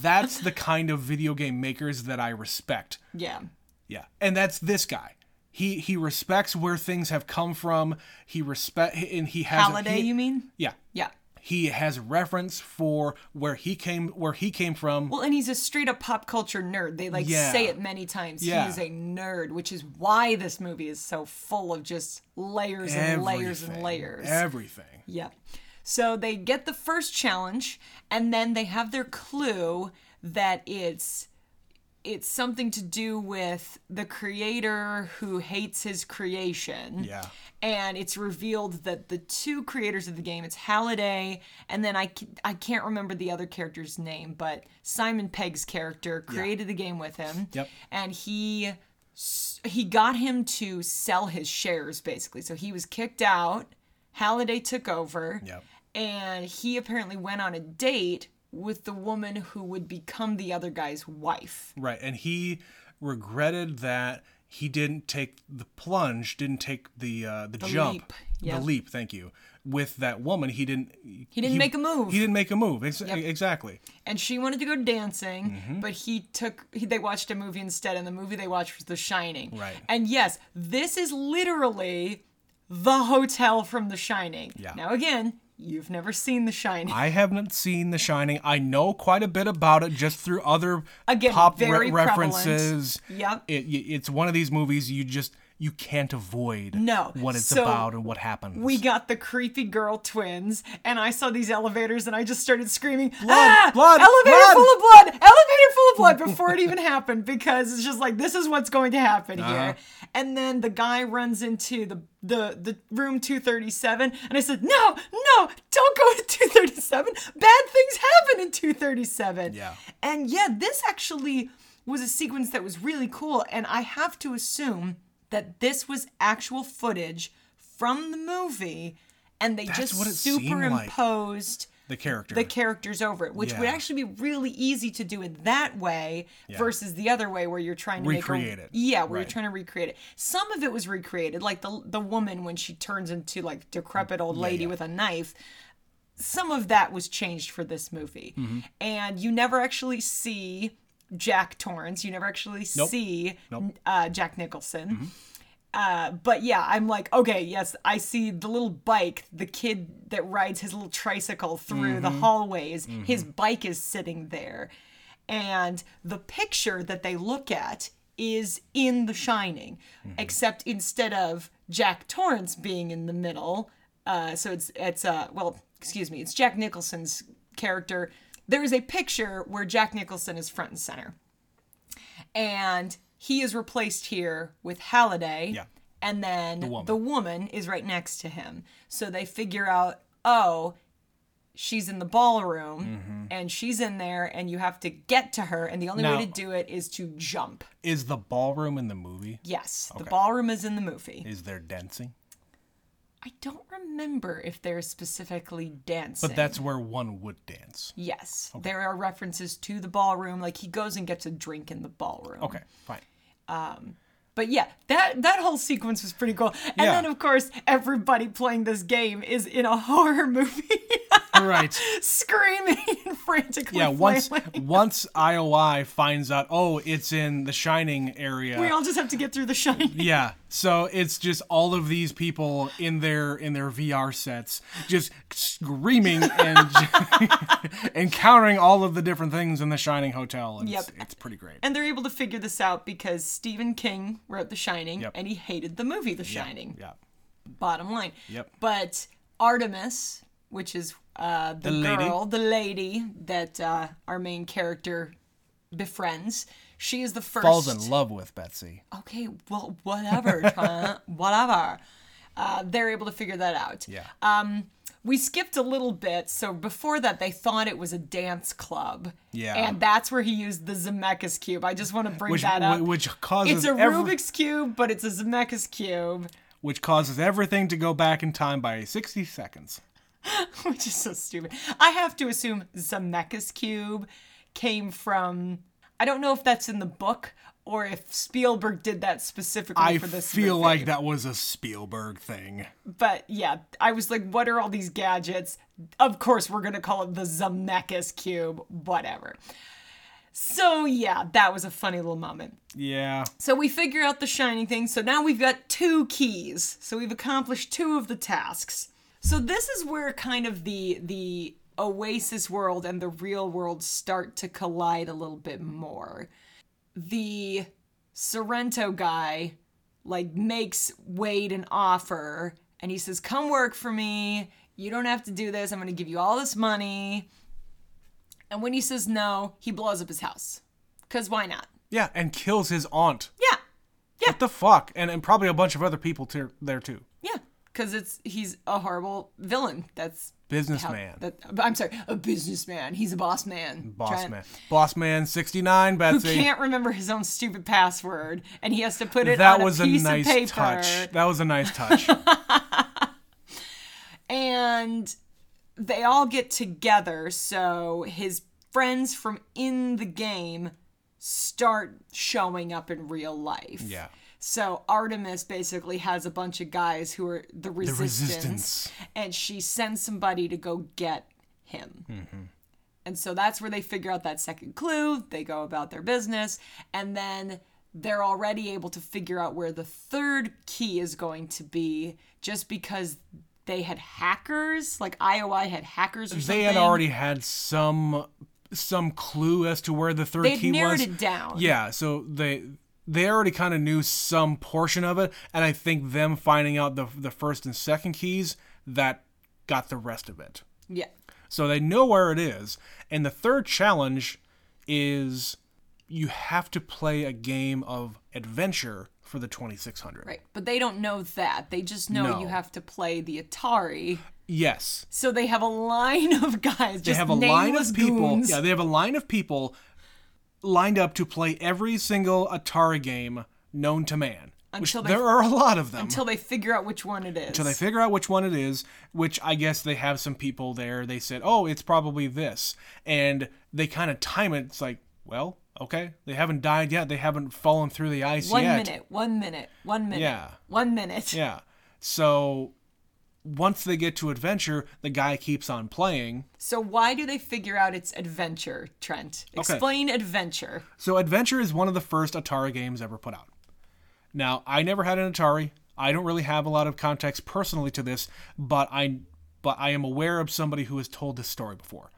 That's the kind of video game makers that I respect.
Yeah.
Yeah, and that's this guy. He he respects where things have come from. He respect and he has
Holiday,
he-
you mean?
Yeah,
Yeah.
he has reference for where he came where he came from.
Well, and he's a straight up pop culture nerd. They like
Yeah.
say it many times.
Yeah.
He's a nerd, which is why this movie is so full of just layers and layers and
Everything.
layers.
Everything.
Yep. So they get the first challenge and then they have their clue that it's it's something to do with the creator who hates his creation.
Yeah.
And it's revealed that the two creators of the game, it's Halliday and then I, ca- I can't remember the other character's name, but Simon Pegg's character created the game with him.
Yep.
And he s- he got him to sell his shares basically. So he was kicked out. Halliday took over.
Yep.
And he apparently went on a date with the woman who would become the other guy's wife.
Right, and he regretted that he didn't take the plunge, didn't take the uh, the, jump,
leap, yeah.
the leap. Thank you. With that woman, he didn't. He
didn't make a move.
He didn't make a move. Ex- Exactly.
And she wanted to go dancing,
Mm-hmm.
but he took he, they watched a movie instead and the movie they watched was The Shining.
Right.
And yes, this is literally the hotel from The Shining.
Yeah.
Now again, you've never seen The Shining.
I haven't seen The Shining. I know quite a bit about it just through other
Again,
pop re-
very prevalent.
references.
Yep.
It, y- it's one of these movies you just you can't avoid
No.
what it's
So,
about and what happens.
we got the creepy girl twins, and I saw these elevators, and I just started screaming, blood,
blood,
elevator
blood!"
full of blood, elevator full of blood, before it even happened, because it's just like this is what's going to happen
Uh-huh.
here. And then the guy runs into the the the room 237, and I said, no, no, don't go to 237. Bad things happen in 237.
Yeah.
And yeah, this actually was a sequence that was really cool. And I have to assume that this was actual footage from the movie and they just
what it seemed like.
superimposed
the character.
the characters over it, which would
Yeah.
actually be really easy to do it that way versus the other way where you're trying to make
Recreate
a,
it.
Yeah, where
Right.
you're trying to recreate it. Some of it was recreated, like the the woman when she turns into like decrepit old lady with a knife. Some of that was changed for this movie,
Mm-hmm.
and you never actually see Jack Torrance. You never actually see Uh, Jack Nicholson. Uh, but yeah, I'm like, okay, yes, I see the little bike, the kid that rides his little tricycle through the hallways, his bike is sitting there. And the picture that they look at is in The Shining, except instead of Jack Torrance being in the middle, uh, so it's, it's, uh, well, excuse me, it's Jack Nicholson's character. There is a picture where Jack Nicholson is front and center and he is replaced here with Halliday.
Yeah.
And then the
woman.
woman is right next to him. So they figure out, oh, she's in the ballroom and she's in there, and you have to get to her. And the only
Mm-hmm. Now-
way to do it is to jump.
Is the ballroom in the movie?
Yes, the ballroom is in the movie.
Is there dancing?
I don't remember if they're specifically dancing.
But that's where one would dance.
yes, there are references to the ballroom. Like he goes and gets a drink in the ballroom.
Okay, fine.
But yeah, that that whole sequence was pretty cool. And
Yeah.
then of course, everybody playing this game is in a horror movie,
All right.
screaming and frantically.
Yeah, once
flailing.
once IOI finds out, oh, it's in the Shining area.
we all just have to get through the shiny.
yeah, so it's just all of these people in their in their VR sets, just screaming and encountering all of the different things in the Shining hotel. And it's,
Yep.
it's pretty great.
And they're able to figure this out because Stephen King wrote The Shining
Yep.
and he hated the movie The Shining.
Yeah,
Bottom line.
Yep.
But Artemis, which is uh, the,
lady.
girl, the lady that uh, our main character befriends, she is the first
falls in love with Betsy.
okay, well, whatever, Tron, whatever. Uh, they're able to figure that out.
Yeah,
We skipped a little bit, so before that, they thought it was a dance club.
Yeah.
And that's where he used the Zemeckis cube. I just want to bring
which
that up.
whi- which causes
it's a
every-
Rubik's cube, but it's a Zemeckis cube,
which causes everything to go back in time by sixty seconds.
which is so stupid. I have to assume Zemeckis cube came from. I don't know if that's in the book or if Spielberg did that specifically
I
for this.
feel
movie.
like that was a Spielberg thing.
But yeah, I was like, what are all these gadgets? Of course, we're going to call it the Zemeckis Cube, whatever. So yeah, that was a funny little moment.
Yeah.
So we figure out the shining thing. So now we've got two keys. So we've accomplished two of the tasks. So this is where kind of the the oasis world and the real world start to collide a little bit more. The Sorrento guy like makes Wade an offer and he says, "Come work for me. You don't have to do this. I'm going to give you all this money." And when he says no, he blows up his house. Cuz why not?
Yeah, and kills his aunt.
Yeah.
What the fuck? And and probably a bunch of other people ter- there too.
Yeah, because it's he's a horrible villain. That's how,
Businessman.
That, I'm sorry, a businessman. He's a boss man.
boss
Trying-
man. Boss man 69
Who
Betsy.
can't remember his own stupid password, and he has to put it
that
on
was
a
a
piece
nice
of paper.
touch. That was a nice touch.
and they all get together so his friends from in the game start showing up in real life
Yeah.
so artemis basically has a bunch of guys who are the resistance,
resistance.
and she sends somebody to go get him
Mm-hmm.
and so that's where they figure out that second clue they go about their business and then they're already able to figure out where the third key is going to be just because they had hackers like ioi had hackers or something
they had already had some some clue as to where the third
they had
key
narrowed
was.
it down
Yeah, so they they already kind of knew some portion of it, and I think them finding out the the first and second keys that got the rest of it.
yeah
So they know where it is. And the third challenge is you have to play a game of adventure for the 2600.
right but they don't know that they just know
No.
you have to play the atari
Yes.
so they have a line of guys just
They have a line of people.
goons.
Yeah, they have a line of people lined up to play every single Atari game known to man.
until they
There are a lot of them.
until they figure out which one it is.
So they figure out which one it is, which I guess they have some people there. They said, oh, it's probably this. And they kind of time it. It's like, well, okay. They haven't died yet. They haven't fallen through the ice
one
yet.
minute, one minute, one minute,
Yeah.
one minute.
Yeah. So once they get to adventure, the guy keeps on playing.
So why do they figure out it's adventure, Trent? Explain adventure.
So Adventure is one of the first Atari games ever put out. Now, I never had an Atari. I don't really have a lot of context personally to this, but I but I am aware of somebody who has told this story before.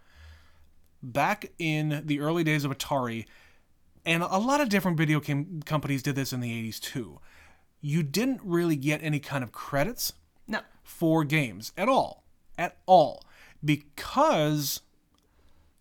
Back in the early days of Atari, and a lot of different video game companies did this in the 80s too. You didn't really get any kind of credits
No.
for games at all. At all. Because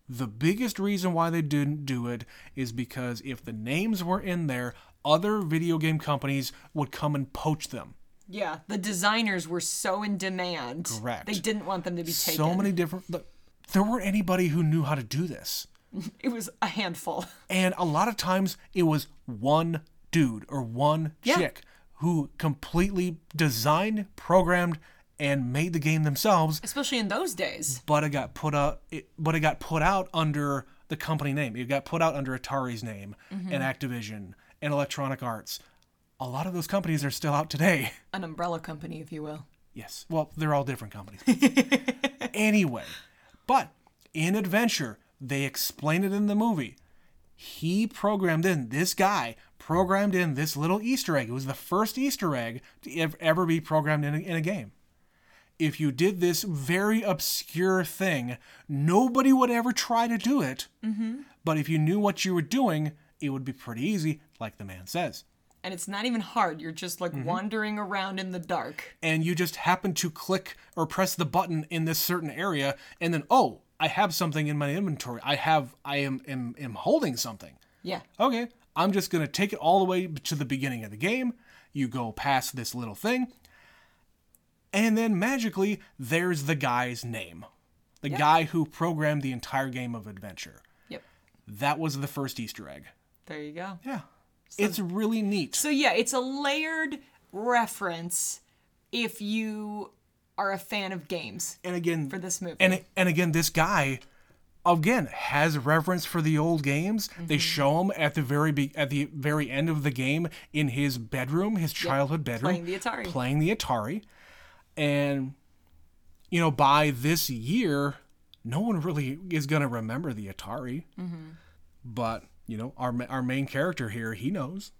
the biggest reason why they didn't do it is because if the names were in there, other video game companies would come and poach them.
Yeah, the designers were so in demand.
Correct.
They didn't want them to be taken.
So many different. look, There weren't anybody who knew how to do this.
It was a handful.
And a lot of times it was one dude or one
Yeah.
chick who completely designed, programmed, and made the game themselves
Especially in those days.
but it got put out it, but it got put out under the company name it got put out under atari's name and activision and electronic arts a lot of those companies are still out today
An umbrella company, if you will.
yes well they're all different companies anyway but in adventure they explain it in the movie he programmed in this guy programmed in this little easter egg it was the first easter egg to ev- ever be programmed in a, in a game if you did this very obscure thing, nobody would ever try to do it. But if you knew what you were doing, it would be pretty easy, like the man says.
And it's not even hard. You're just like
Mm-hmm.
wandering around in the dark.
And you just happen to click or press the button in this certain area, and then oh, I have something in my inventory. I have, I am, am, am holding something.
Yeah.
okay, I'm just going to take it all the way to the beginning of the game. You go past this little thing. And then magically, there's the guy's name. The guy who programmed the entire game of adventure.
Yep.
That was the first Easter egg.
There you go.
Yeah. it's really neat.
So yeah, it's a layered reference if you are a fan of games
And again,
for this movie.
and and again this guy again has reverence for the old games
Mm-hmm.
they show him at the very be- at the very end of the game in his bedroom his childhood bedroom
playing the Atari.
playing the atari and you know by this year no one really is going to remember the atari
Mm-hmm.
but you know our ma- our main character here he knows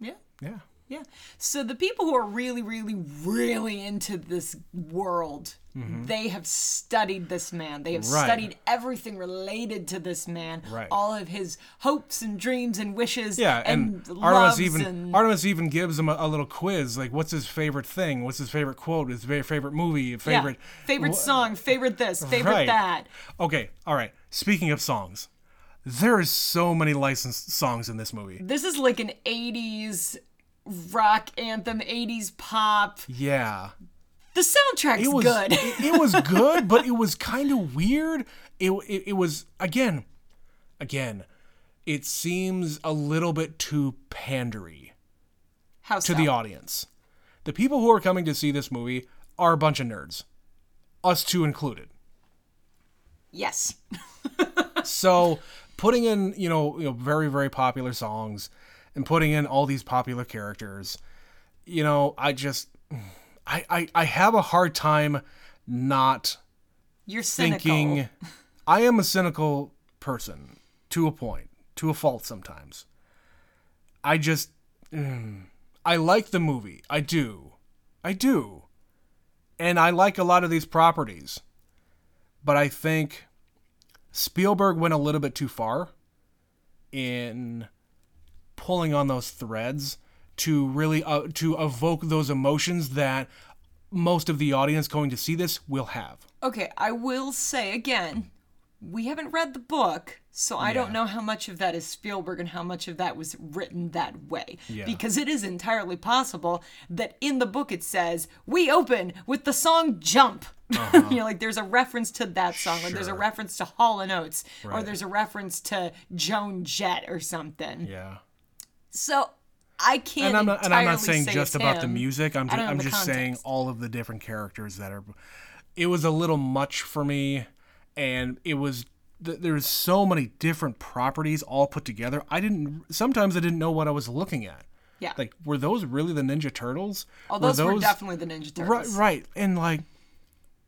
yeah.
yeah
Yeah. So the people who are really, really, really into this world, they have studied this man. They have
Right.
studied everything related to this man.
Right.
All of his hopes and dreams and wishes.
Yeah, and,
and,
Artemis
loves
even
and
Artemis even gives him a, a little quiz, like what's his favorite thing, what's his favorite quote, his very favorite movie,
yeah,
favorite.
favorite song, favorite this, favorite
Right.
that.
Okay, all right. Speaking of songs, there is so many licensed songs in this movie.
This is like an '80s rock anthem, '80s pop.
Yeah,
The soundtrack's
it was
good.
it, it was good, but it was kind of weird. It, it it was again, again, it seems a little bit too pandery.
How
to the audience. The people who are coming to see this movie are a bunch of nerds, us two included.
yes.
So putting in, you know, you know, very very popular songs and putting in all these popular characters, you know, I just I I, I have a hard time not
You're cynical.
thinking I am a cynical person to a point, to a fault sometimes. I just mm, I like the movie. I do. I do. And I like a lot of these properties. But I think Spielberg went a little bit too far in pulling on those threads to really uh, to evoke those emotions that most of the audience going to see this will have.
Okay, I will say again, we haven't read the book, so I don't know how much of that is Spielberg and how much of that was written that way. Because it is entirely possible that in the book it says, we open with the song Jump. you know, like there's a reference to that song, or there's a
Uh-huh. Sure.
reference to Hall and Oates, or there's a reference to Joan Jett or something.
Yeah.
So I can't.
and I'm not, and I'm not saying
say it's
just about the
him.
music. I'm
I
just,
don't know
I'm
the
just saying
context.
all of the different characters that are. It was a little much for me, and it was th- there was so many different properties all put together. I didn't sometimes I didn't know what I was looking at.
Yeah.
Like were those really the Ninja Turtles?
oh, those, were definitely the Ninja Turtles.
right, right, and like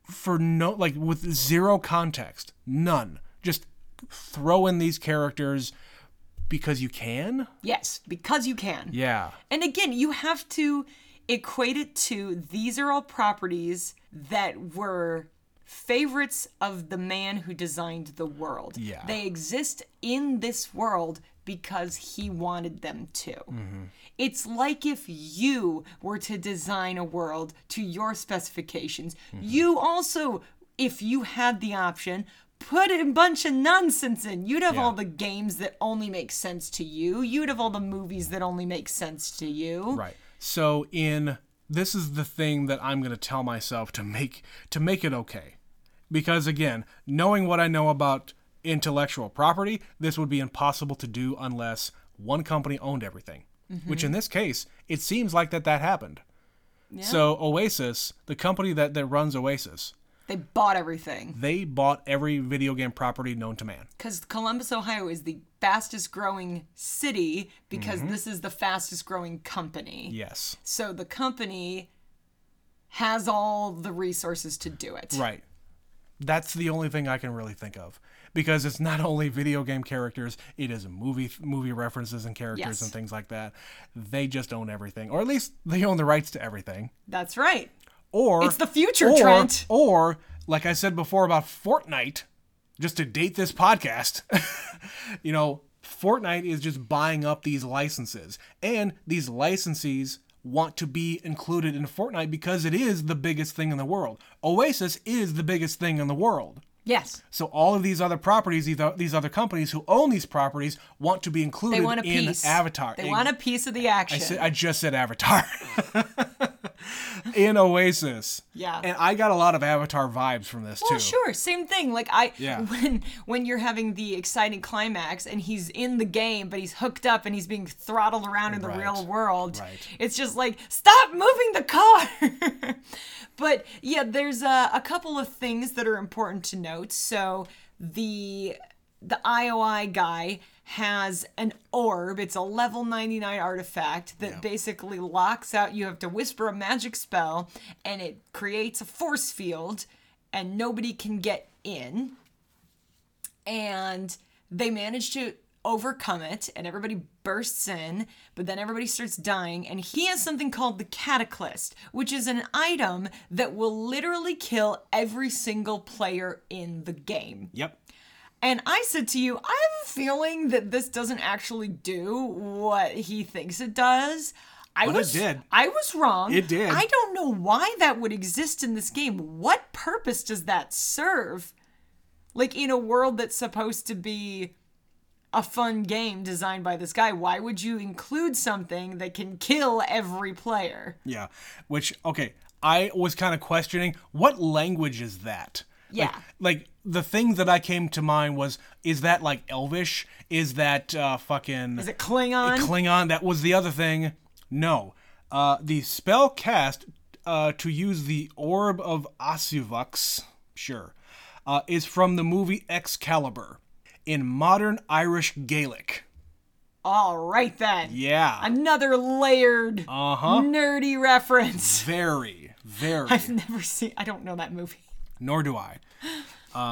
for no like with zero context, none. Just throw in these characters because you can.
Yes, because you can.
Yeah.
And again, you have to equate it to these are all properties that were favorites of the man who designed the world.
Yeah.
They exist in this world because he wanted them to. It's like if you were to design a world to your specifications,
Mm-hmm.
you also, if you had the option, put a bunch of nonsense in. You'd have all the games that only make sense to you. You'd have all the movies that only make sense to you.
Right. So in this is the thing that I'm going to tell myself to make to make it okay. Because again, knowing what I know about intellectual property, this would be impossible to do unless one company owned everything. Which in this case, it seems like that that happened. So Oasis, the company that that runs Oasis,
They bought everything.
they bought every video game property known to man.
because Columbus, Ohio is the fastest growing city because
Mm-hmm.
this is the fastest growing company.
Yes.
So the company has all the resources to do it.
Right. That's the only thing I can really think of because it's not only video game characters, it is movie movie references and characters
Yes.
and things like that. They just own everything, or at least they own the rights to everything.
That's right.
Or
It's the future,
or,
Trent.
Or like I said before about Fortnite, just to date this podcast, you know, Fortnite is just buying up these licenses, and these licensees want to be included in Fortnite because it is the biggest thing in the world. Oasis is the biggest thing in the world.
Yes.
So all of these other properties, these o- these other companies who own these properties want to be included
They want a
in
piece.
Avatar.
They want a piece of the action.
I said- I just said Avatar. in Oasis.
Yeah.
And I got a lot of Avatar vibes from this
Well,
too.
sure, same thing. Like I,
Yeah.
when when you're having the exciting climax and he's in the game, but he's hooked up and he's being throttled around in the
Right,
real world.
right.
It's just like stop moving the car. but yeah, there's a, a couple of things that are important to note. So the the IOI guy has an orb. It's a level 99 artifact that basically locks out. You have to whisper a magic spell, and it creates a force field, and nobody can get in. And they manage to overcome it, and everybody bursts in, but then everybody starts dying. And he has something called the Cataclyst, which is an item that will literally kill every single player in the game.
Yep.
And I said to you, I have a feeling that this doesn't actually do what he thinks it does. I
it
was
did.
I was wrong.
It did.
I don't know why that would exist in this game. What purpose does that serve? Like in a world that's supposed to be a fun game designed by this guy, why would you include something that can kill every player?
Yeah. Which okay, I was kind of questioning what language is that? Like-
Yeah.
Like, the thing that I came to mind was is that like Elvish? Is that uh fucking
Is it Klingon?
Klingon. That was the other thing. No. Uh, the spell cast uh, to use the Orb of Asuvux, sure, uh, is from the movie Excalibur in modern Irish Gaelic.
All right then.
Yeah. Uh-huh.
Another layered nerdy reference.
very, very.
I've never seen. I don't know that movie.
Nor do I. Um,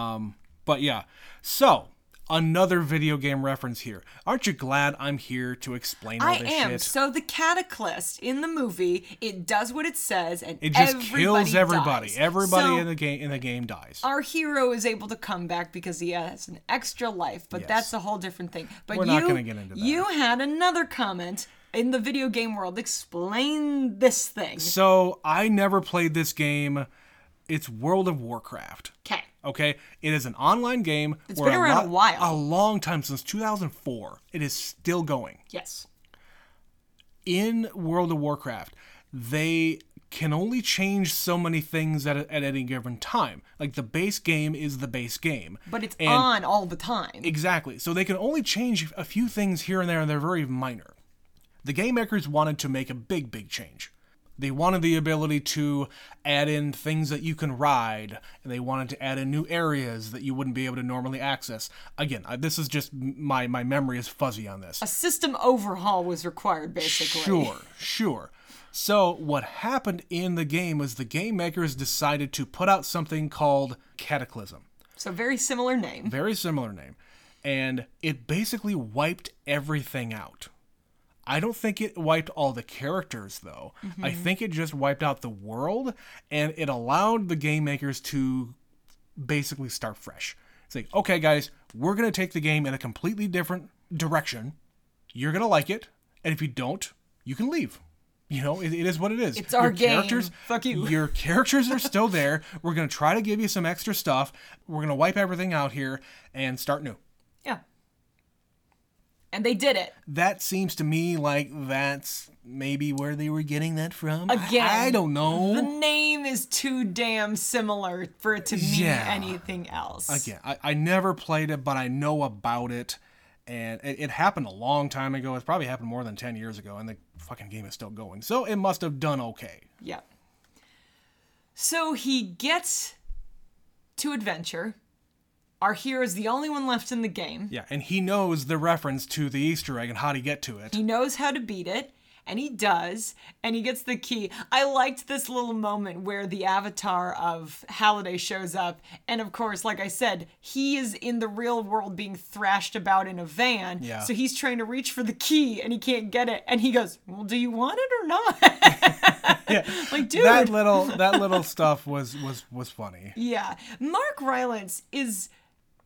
but yeah. So. Another video game reference here. Aren't you glad I'm here to explain all
I
this
am.
shit?
So the Cataclyst in the movie, it does what it says, and
it just kills everybody.
dies.
Everybody
So
in the game in the game dies.
Our hero is able to come back because he has an extra life, but that's a whole different thing. But
We're
you,
not gonna get into that.
You had another comment in the video game world. Explain this thing.
So I never played this game. It's World of Warcraft.
Okay.
Okay, it is an online game. It's
been around a while.
A long time since 2004. It is still going.
Yes.
In World of Warcraft, they can only change so many things at, at any given time. Like the base game is the base game.
But it's
And-
on all the time.
Exactly. So they can only change a few things here and there, and they're very minor. the game makers wanted to make a big, big change. They wanted the ability to add in things that you can ride, and they wanted to add in new areas that you wouldn't be able to normally access. Again, I, this is just my my memory is fuzzy on this.
A system overhaul was required, basically.
Sure, sure. So, what happened in the game was the game makers decided to put out something called Cataclysm.
So, very similar name.
Very similar name. And it basically wiped everything out. I don't think it wiped all the characters, though. I think it just wiped out the world and it allowed the game makers to basically start fresh. It's like, okay, guys, we're going to take the game in a completely different direction. You're going to like it. And if you don't, you can leave. You know, it, it is what it is.
It's our game. Fuck you.
Your characters are still there. We're going to try to give you some extra stuff. We're going to wipe everything out here and start new.
Yeah. And they did it.
That seems to me like that's maybe where they were getting that from.
Again,
I, I don't know.
The name is too damn similar for it to mean
Yeah.
anything else.
Yeah, I, I never played it, but I know about it. And it, it happened a long time ago. It's probably happened more than 10 years ago, and the fucking game is still going. So it must have done okay.
Yeah. So he gets to adventure. Our hero is the only one left in the game.
Yeah, and he knows the reference to the Easter egg and how to get to it.
He knows how to beat it, and he does, and he gets the key. I liked this little moment where the avatar of Halliday shows up, and of course, like I said, he is in the real world being thrashed about in a van.
Yeah.
So he's trying to reach for the key, and he can't get it, and he goes, "Well, do you want it or not?" like, dude.
That little that little stuff was was was funny.
Yeah. Mark Rylance is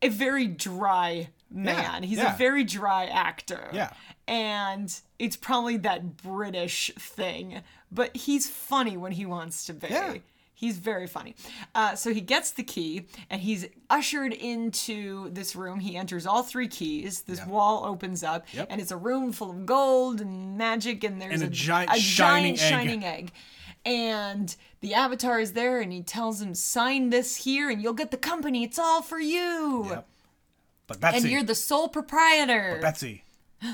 a very dry man. He's
yeah.
a very dry actor.
Yeah.
And it's probably that British thing, but he's funny when he wants to be.
Yeah.
He's very funny. Uh, so he gets the key and he's ushered into this room. He enters all three keys. This wall opens up
Yep.
and it's a room full of gold and magic and there's
And a giant shining egg.
shining egg. And the avatar is there and he tells him, sign this here and you'll get the company. It's all for you.
Yep. But
And
Betsy,
you're the sole proprietor.
Betsy,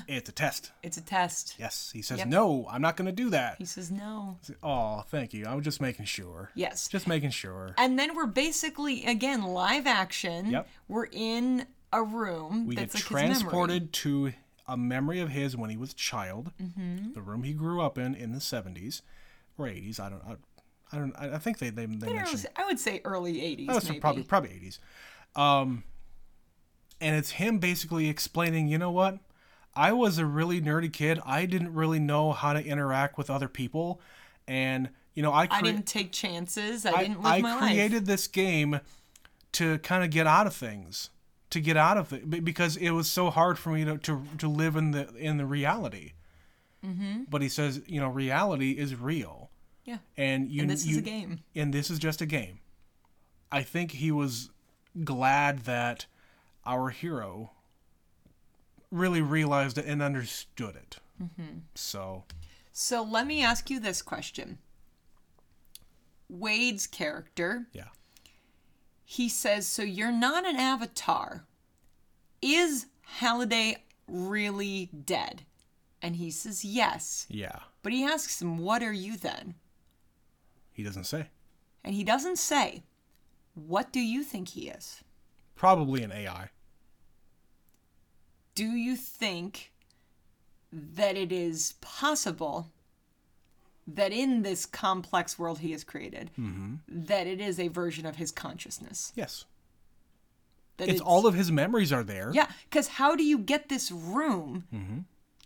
it's a test.
it's a test.
Yes, he says no. I'm not going to do that.
He says, no.
Oh, thank you. I was just making sure.
Yes.
Just making sure.
And then we're basically, again, live action.
Yep.
We're in a room
We
that's
get
like his memory.
transported to a memory of his when he was a child,
Mm-hmm.
the room he grew up in in the 70s or 80s. I don't. I, I don't. I I think they they, they
I
mentioned
was- I would say early 80s,
that was
maybe.
probably probably 80s. Um, and it's him basically explaining. You know what? I was a really nerdy kid. I didn't really know how to interact with other people, and you know I
I
crea-
didn't take chances. I,
I-
didn't live
I
my life.
created this game to kind of get out of things, to get out of it, be- because it was so hard for me to to, to live in the in the reality. Mm-hmm. But he says, you know, reality is real,
Yeah.
and you
And this
you,
is a game.
and this is just a game. I think he was glad that our hero really realized it and understood it. Mm-hmm. So
So let me ask you this question. Wade's character,
yeah,
he says, So you're not an avatar. Is Halliday really dead? And he says, Yes.
yeah.
But he asks him, What are you then?
He doesn't say.
And he doesn't say, What do you think he is?
Probably an AI.
Do you think that it is possible that in this complex world he has created, that it is a version of his consciousness?
Yes.
That
it's all of his memories are there.
Yeah, because how do you get this room
Mm-hmm.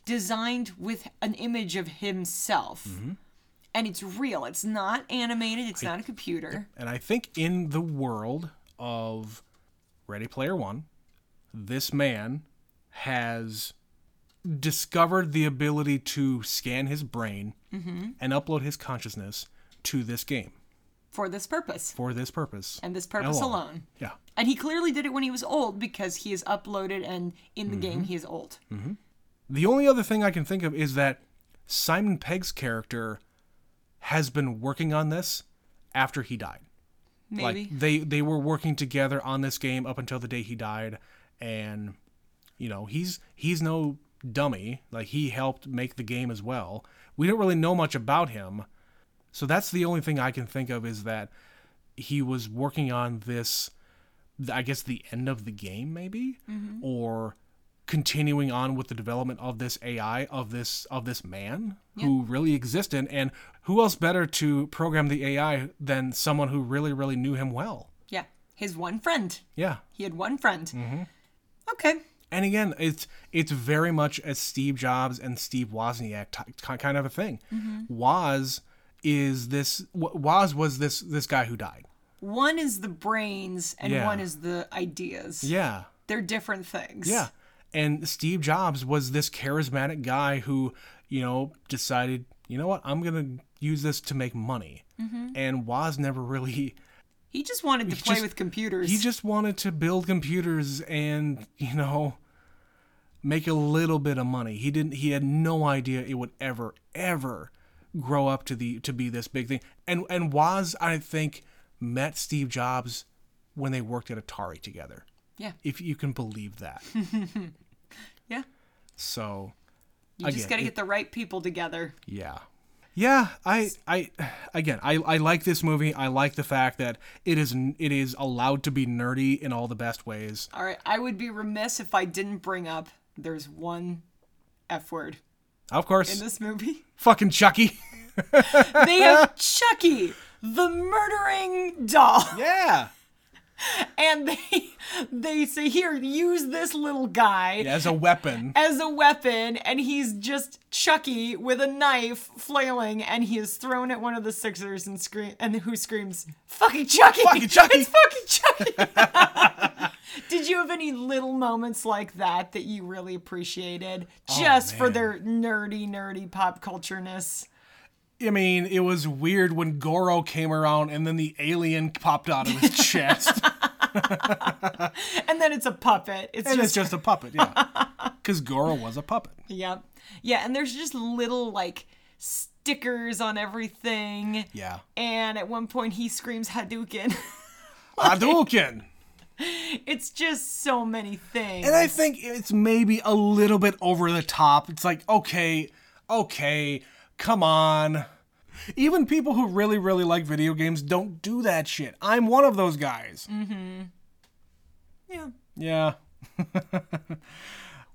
designed with an image of himself?
Mm-hmm.
And it's real. It's not animated. It's not a computer.
And I think in the world of Ready Player One, this man has discovered the ability to scan his brain and upload his consciousness to this game
for this purpose
for this purpose.
and this purpose
Hello.
alone.
yeah.
And he clearly did it when he was old because he is uploaded and in the game
Mm-hmm.
he is old.
The only other thing I can think of is that Simon Pegg's character has been working on this after he died.
Maybe.
Mm-hmm. Like they they were working together on this game up until the day he died, and you know he's he's no dummy. Like he helped make the game as well. We don't really know much about him. So that's the only thing I can think of is that he was working on this I guess the end of the game maybe or continuing on with the development of this AI of this of this man who really existed and who else better to program the AI than someone who really really knew him well.
Yeah. His one friend.
Yeah.
He had one friend.
Mm-hmm.
Okay.
And again, it's it's very much a Steve Jobs and Steve Wozniak t- ki- kind of a thing. Woz is this W- Woz was this this guy who died.
One is the brains and
Yeah.
one is the ideas.
Yeah.
They're different things.
Yeah. And Steve Jobs was this charismatic guy who, you know, decided, you know what, I'm going to use this to make money. And Woz never really,
He just wanted to play
just-
with computers.
he just wanted to build computers and, you know, make a little bit of money. He didn't, he had no idea it would ever, ever grow up to the, to be this big thing. And, and Woz, I think, met Steve Jobs when they worked at Atari together,
yeah.
if you can believe that.
Yeah.
so.
You just
Again,
got to
it-
get the right people together.
Yeah. Yeah, I I again, I I like this movie. I like the fact that it is it is allowed to be nerdy in all the best ways.
All right. I would be remiss if I didn't bring up there's one F word
Of course,
in this movie.
fucking Chucky.
They have Chucky, the murdering doll.
Yeah.
And they they say, here, use this little guy.
As a weapon.
as a weapon, and he's just Chucky with a knife flailing, and he is thrown at one of the Sixers and scream and who screams, "Fucking Chucky!
Fucking Chucky!"
It's fucking Chucky!" Did you have any little moments like that that you really appreciated, just for
Oh, man.
their nerdy, nerdy pop cultureness?
I mean, it was weird when Goro came around and then the alien popped out of his chest.
And then it's a puppet. It's
and
just
it's just a puppet, yeah. Cuz Goro was a puppet.
yeah, yeah, and there's just little like stickers on everything.
Yeah.
And at one point, he screams Hadouken.
Hadouken.
It's just so many things.
And I think it's maybe a little bit over the top. It's like, okay, okay, come on. Even people who really, really like video games don't do that shit. I'm one of those guys.
yeah.
Yeah.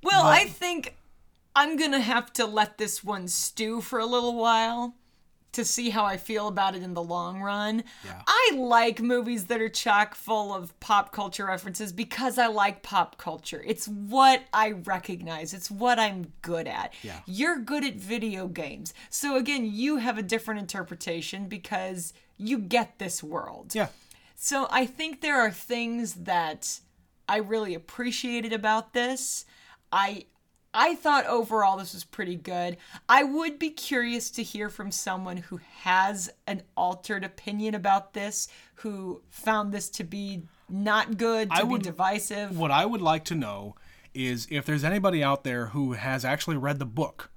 Well, I think I'm going to have to let this one stew for a little while to see how I feel about it in the long run. I like movies that are chock full of pop culture references because I like pop culture. It's what I recognize, it's what I'm good at.
Yeah.
You're good at video games. So, again, you have a different interpretation because you get this world.
Yeah.
So I think there are things that I really appreciated about this. I I thought overall this was pretty good. I would be curious to hear from someone who has an altered opinion about this, who found this to be not good, to be
would-
divisive.
What I would like to know is if there's anybody out there who has actually read the book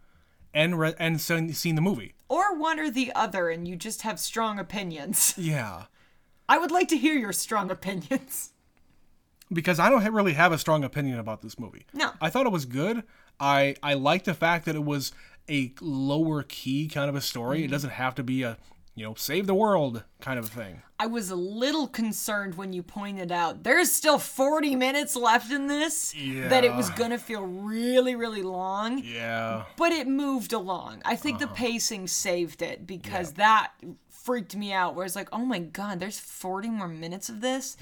and re- and seen seen the movie.
or one or the other and you just have strong opinions.
Yeah.
I would like to hear your strong opinions.
because I don't ha- really have a strong opinion about this movie.
No.
I thought it was good. I I like the fact that it was a lower key kind of a story.
Mm-hmm.
It doesn't have to be a you know save the world kind of a thing.
I was a little concerned when you pointed out there's still 40 minutes left in this that it was
Yeah.
going to feel really, really long,
Yeah. Uh-huh.
but it moved along. I think the pacing saved it because that freaked me out where it's like, oh my God, there's 40 more minutes of this.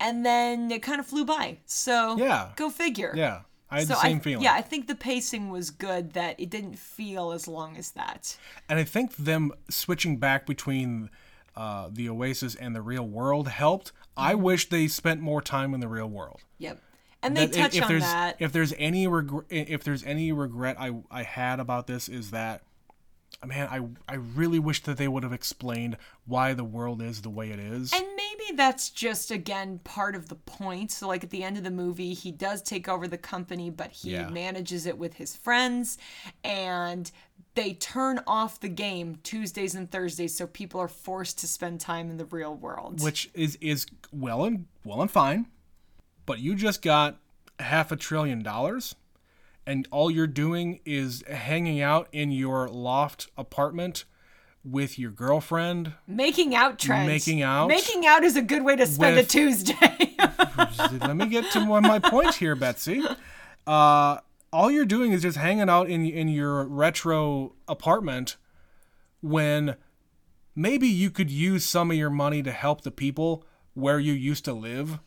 And then it kind of flew by. So
Mm-hmm. Yeah.
go figure.
Yeah. I had
So
the same
I,
feeling.
Yeah, I think the pacing was good that it didn't feel as long as that.
And I think them switching back between uh, the Oasis and the real world helped. I
Mm-hmm.
wish they spent more time in the real world.
Yep. And they
that
touch
if
on
there's
that.
if there's any regret if there's any regret I I had about this is that man I I really wish that they would have explained why the world is the way it is.
And maybe that's just again part of the point. So like at the end of the movie, he does take over the company, but he
Yeah.
manages it with his friends and they turn off the game Tuesdays and Thursdays so people are forced to spend time in the real world.
which is is well and well and fine. But you just got half a trillion dollars and all you're doing is hanging out in your loft apartment with your girlfriend.
Making out trends.
Making out.
Making out is a good way to spend
With-
a Tuesday.
Let me get to my my point here, Betsy. Uh, all you're doing is just hanging out in in your retro apartment when maybe you could use some of your money to help the people where you used to live.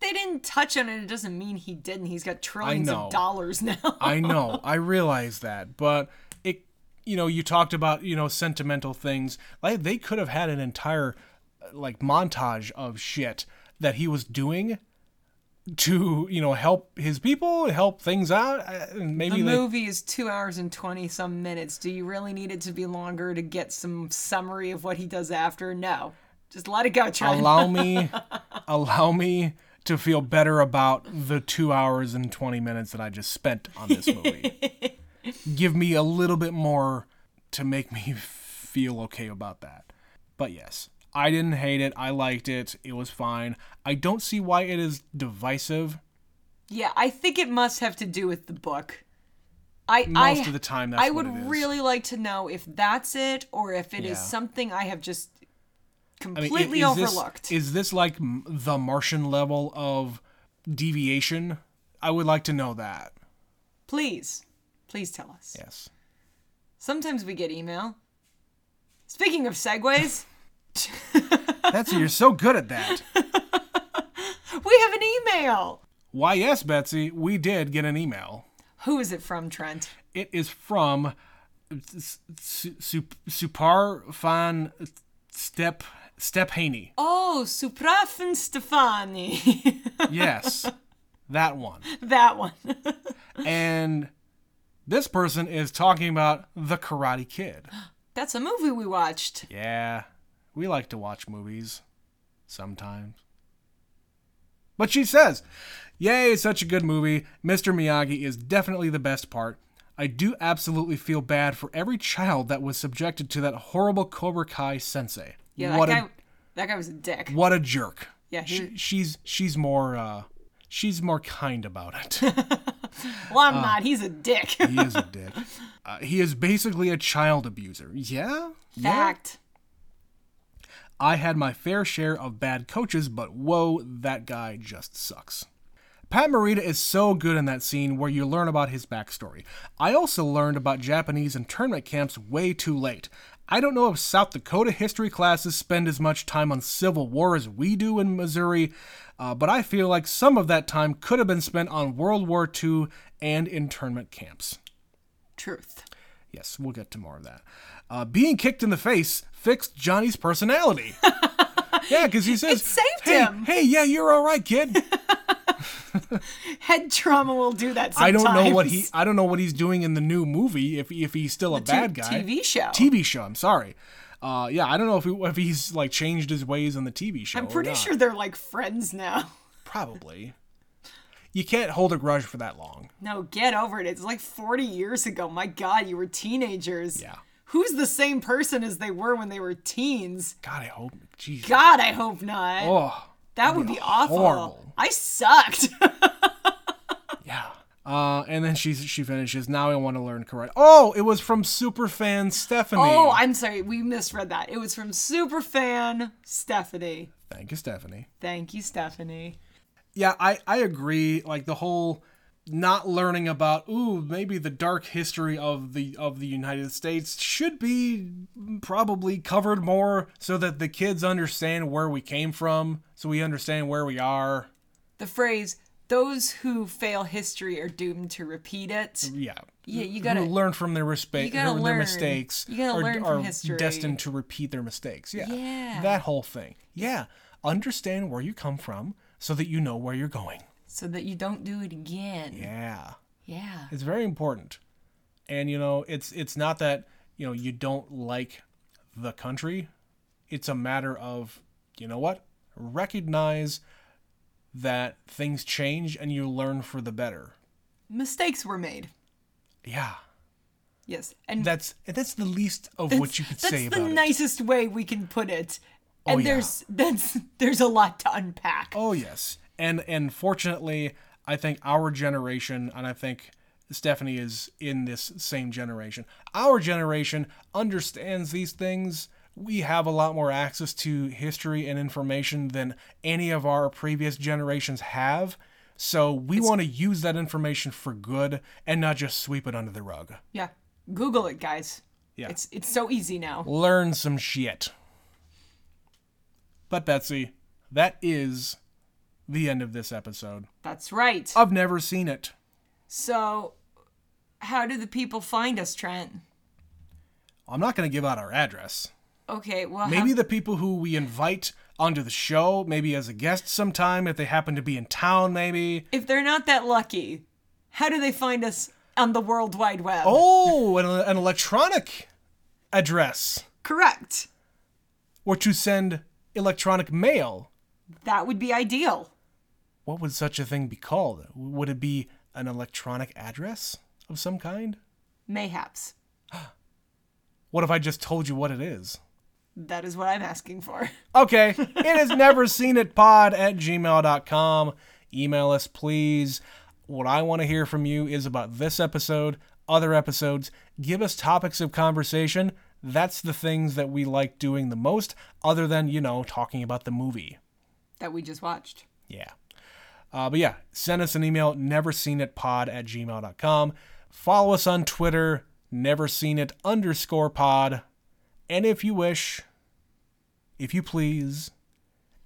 they didn't touch on it. It doesn't mean he didn't. He's got trillions
know.
of dollars now.
I know, I realize that, but it, you know, you talked about you know sentimental things. Like they could have had an entire uh, like montage of shit that he was doing to you know help his people, help things out, uh, and maybe
The
they
movie is two hours and 20 some minutes. Do you really need it to be longer to get some summary of what he does after? No. Just let it go, Trent.
allow me allow me to feel better about the two hours and 20 minutes that i just spent on this movie give me a little bit more to make me feel okay about that but yes i didn't hate it i liked it it was fine i don't see why it is divisive
yeah, I think it must have to do with the book. I,
most
I,
of the time that's
I
what
would
it is.
really like to know if that's it or if it is
Yeah.
something I have just
I mean, i-
completely
is this-
overlooked.
is this like m- the martian level of deviation i would like to know that
please, please tell us.
yes
Sometimes we get email. Speaking of segues,
that's you're so good at that
we have an email.
Why, yes, Betsy, we did get an email.
Who is it from, Trent?
It is from S- S- Sup- Supar Fan Step Step Haney.
Oh, Suprafin Stefani.
Yes, that one.
that one.
And this person is talking about The Karate Kid.
That's a movie we watched.
Yeah, we like to watch movies sometimes. But she says, Yay, such a good movie. Mr. Miyagi is definitely the best part. I do absolutely feel bad for every child that was subjected to that horrible Cobra Kai sensei.
Yeah, that
what
guy
a
that guy was a dick.
what a jerk.
Yeah, he-
She- she's she's more uh she's more kind about it.
Well,
uh,
I'm not. He's a dick.
he is a dick. Uh, he is basically a child abuser. Yeah? Yeah.
Fact.
I had my fair share of bad coaches, but whoa, that guy just sucks. Pat Morita is so good in that scene where you learn about his backstory. I also learned about Japanese internment camps way too late. I don't know if South Dakota history classes spend as much time on Civil War as we do in Missouri, uh, but I feel like some of that time could have been spent on World War II and internment camps.
Truth.
Yes, we'll get to more of that. Uh, being kicked in the face fixed Johnny's personality. yeah, because he says,
saved
hey,
him."
Hey, yeah, you're all right, kid.
Head trauma will do that
I
sometimes.
don't know what he. I don't know what he's doing in the new movie. If if he's still a bad guy.
TV show.
TV show. I'm sorry. Uh, yeah, I don't know if, he, if he's like changed his ways on the TV show.
I'm
or
pretty
not.
sure they're like friends now.
Probably. You can't hold a grudge for that long.
No, get over it. It's like 40 years ago. My God, you were teenagers.
Yeah.
Who's the same person as they were when they were teens?
God, I hope. Jeez.
God, I hope not.
Oh.
that would be awful.
horrible.
I sucked.
Yeah. Uh, and then she she finishes. Now I want to learn karate. Oh, it was from superfan Stephanie.
oh, I'm sorry. We misread that. It was from superfan Stephanie.
Thank you, Stephanie.
Thank you, Stephanie.
Yeah, I, I agree. Like the whole not learning about ooh maybe the dark history of the of the United States should be probably covered more so that the kids understand where we came from, so we understand where we are.
The phrase, those who fail history are doomed to repeat it.
Yeah.
Yeah, you
Who
gotta.
learn from their, respa-
you gotta
their
learn.
mistakes.
You gotta
or,
learn
are
from history.
destined to repeat their mistakes. Yeah.
Yeah.
That whole thing. Yeah. Understand where you come from so that you know where you're going.
So that you don't do it again.
Yeah.
yeah.
It's very important. And you know, it's it's not that, you know, you don't like the country. It's a matter of, you know what? Recognize that things change and you learn for the better.
Mistakes were made.
Yeah.
Yes. And
That's that's the least of what you could
that's
say
the
about it. Oh,
nicest way we can put it. And
yeah.
there's that's there's a lot to unpack.
Oh yes. And and fortunately, I think our generation and I think Stephanie is in this same generation. Our generation understands these things. We have a lot more access to history and information than any of our previous generations have. So we want to use that information for good and not just sweep it under the rug.
Yeah. Google it, guys.
Yeah. Oh.
It's it's so easy now.
Learn some shit. But Betsy, that is the end of this episode.
That's right.
I've never seen it.
So how do the people find us, Trent?
I'm not going to give out our address.
Okay, well how-
Maybe the people who we invite onto the show, maybe as a guest sometime, if they happen to be in town, maybe.
if they're not that lucky, how do they find us on the World Wide Web?
Oh, an, an electronic address,
Correct.
or to send electronic mail.
That would be ideal.
What would such a thing be called? Would it be an electronic address of some kind?
Mayhaps.
What if I just told you what it is?
That is what I'm asking for.
Okay. It is never seen it pod at gmail.com. Email us, please. What I want to hear from you is about this episode, other episodes. Give us topics of conversation. That's the things that we like doing the most, other than, you know, talking about the movie.
That we just watched.
Yeah. Uh, but yeah, send us an email, never seen it pod at gmail.com. Follow us on Twitter, never seen it underscore pod. And if you wish, if you please,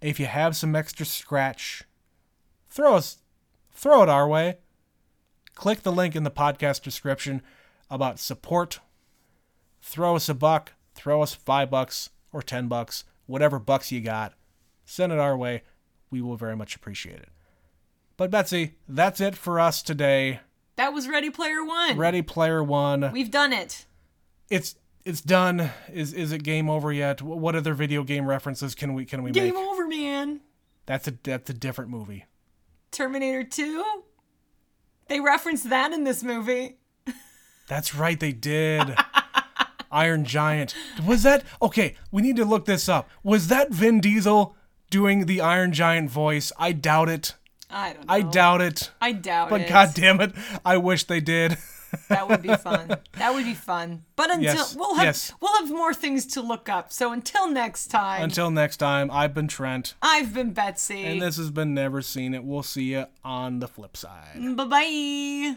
if you have some extra scratch, throw us throw it our way. Click the link in the podcast description about support. Throw us a buck, throw us five bucks or ten bucks, whatever bucks you got send it our way. We will very much appreciate it. But Betsy, that's it for us today.
That was Ready Player One.
Ready Player One.
We've done it.
It's it's done. Is is it game over yet? Wh- What other video game references can we can we
Game
make?
over, man.
That's a that's a different movie.
Terminator 2? They referenced that in this movie.
That's right, they did. Iron Giant. Was that okay? We need to look this up. Was that Vin Diesel doing the Iron Giant voice? I doubt it.
I don't know.
I doubt it.
I doubt
But
it.
god damn it, I wish they did.
that would be fun. That would be fun. But until
Yes,
we'll have
yes.
we'll have more things to look up. So until next time,
Until next time, I've been Trent.
I've been Betsy.
And this has been Never Seen It. We'll see you on the flip side.
bye bye.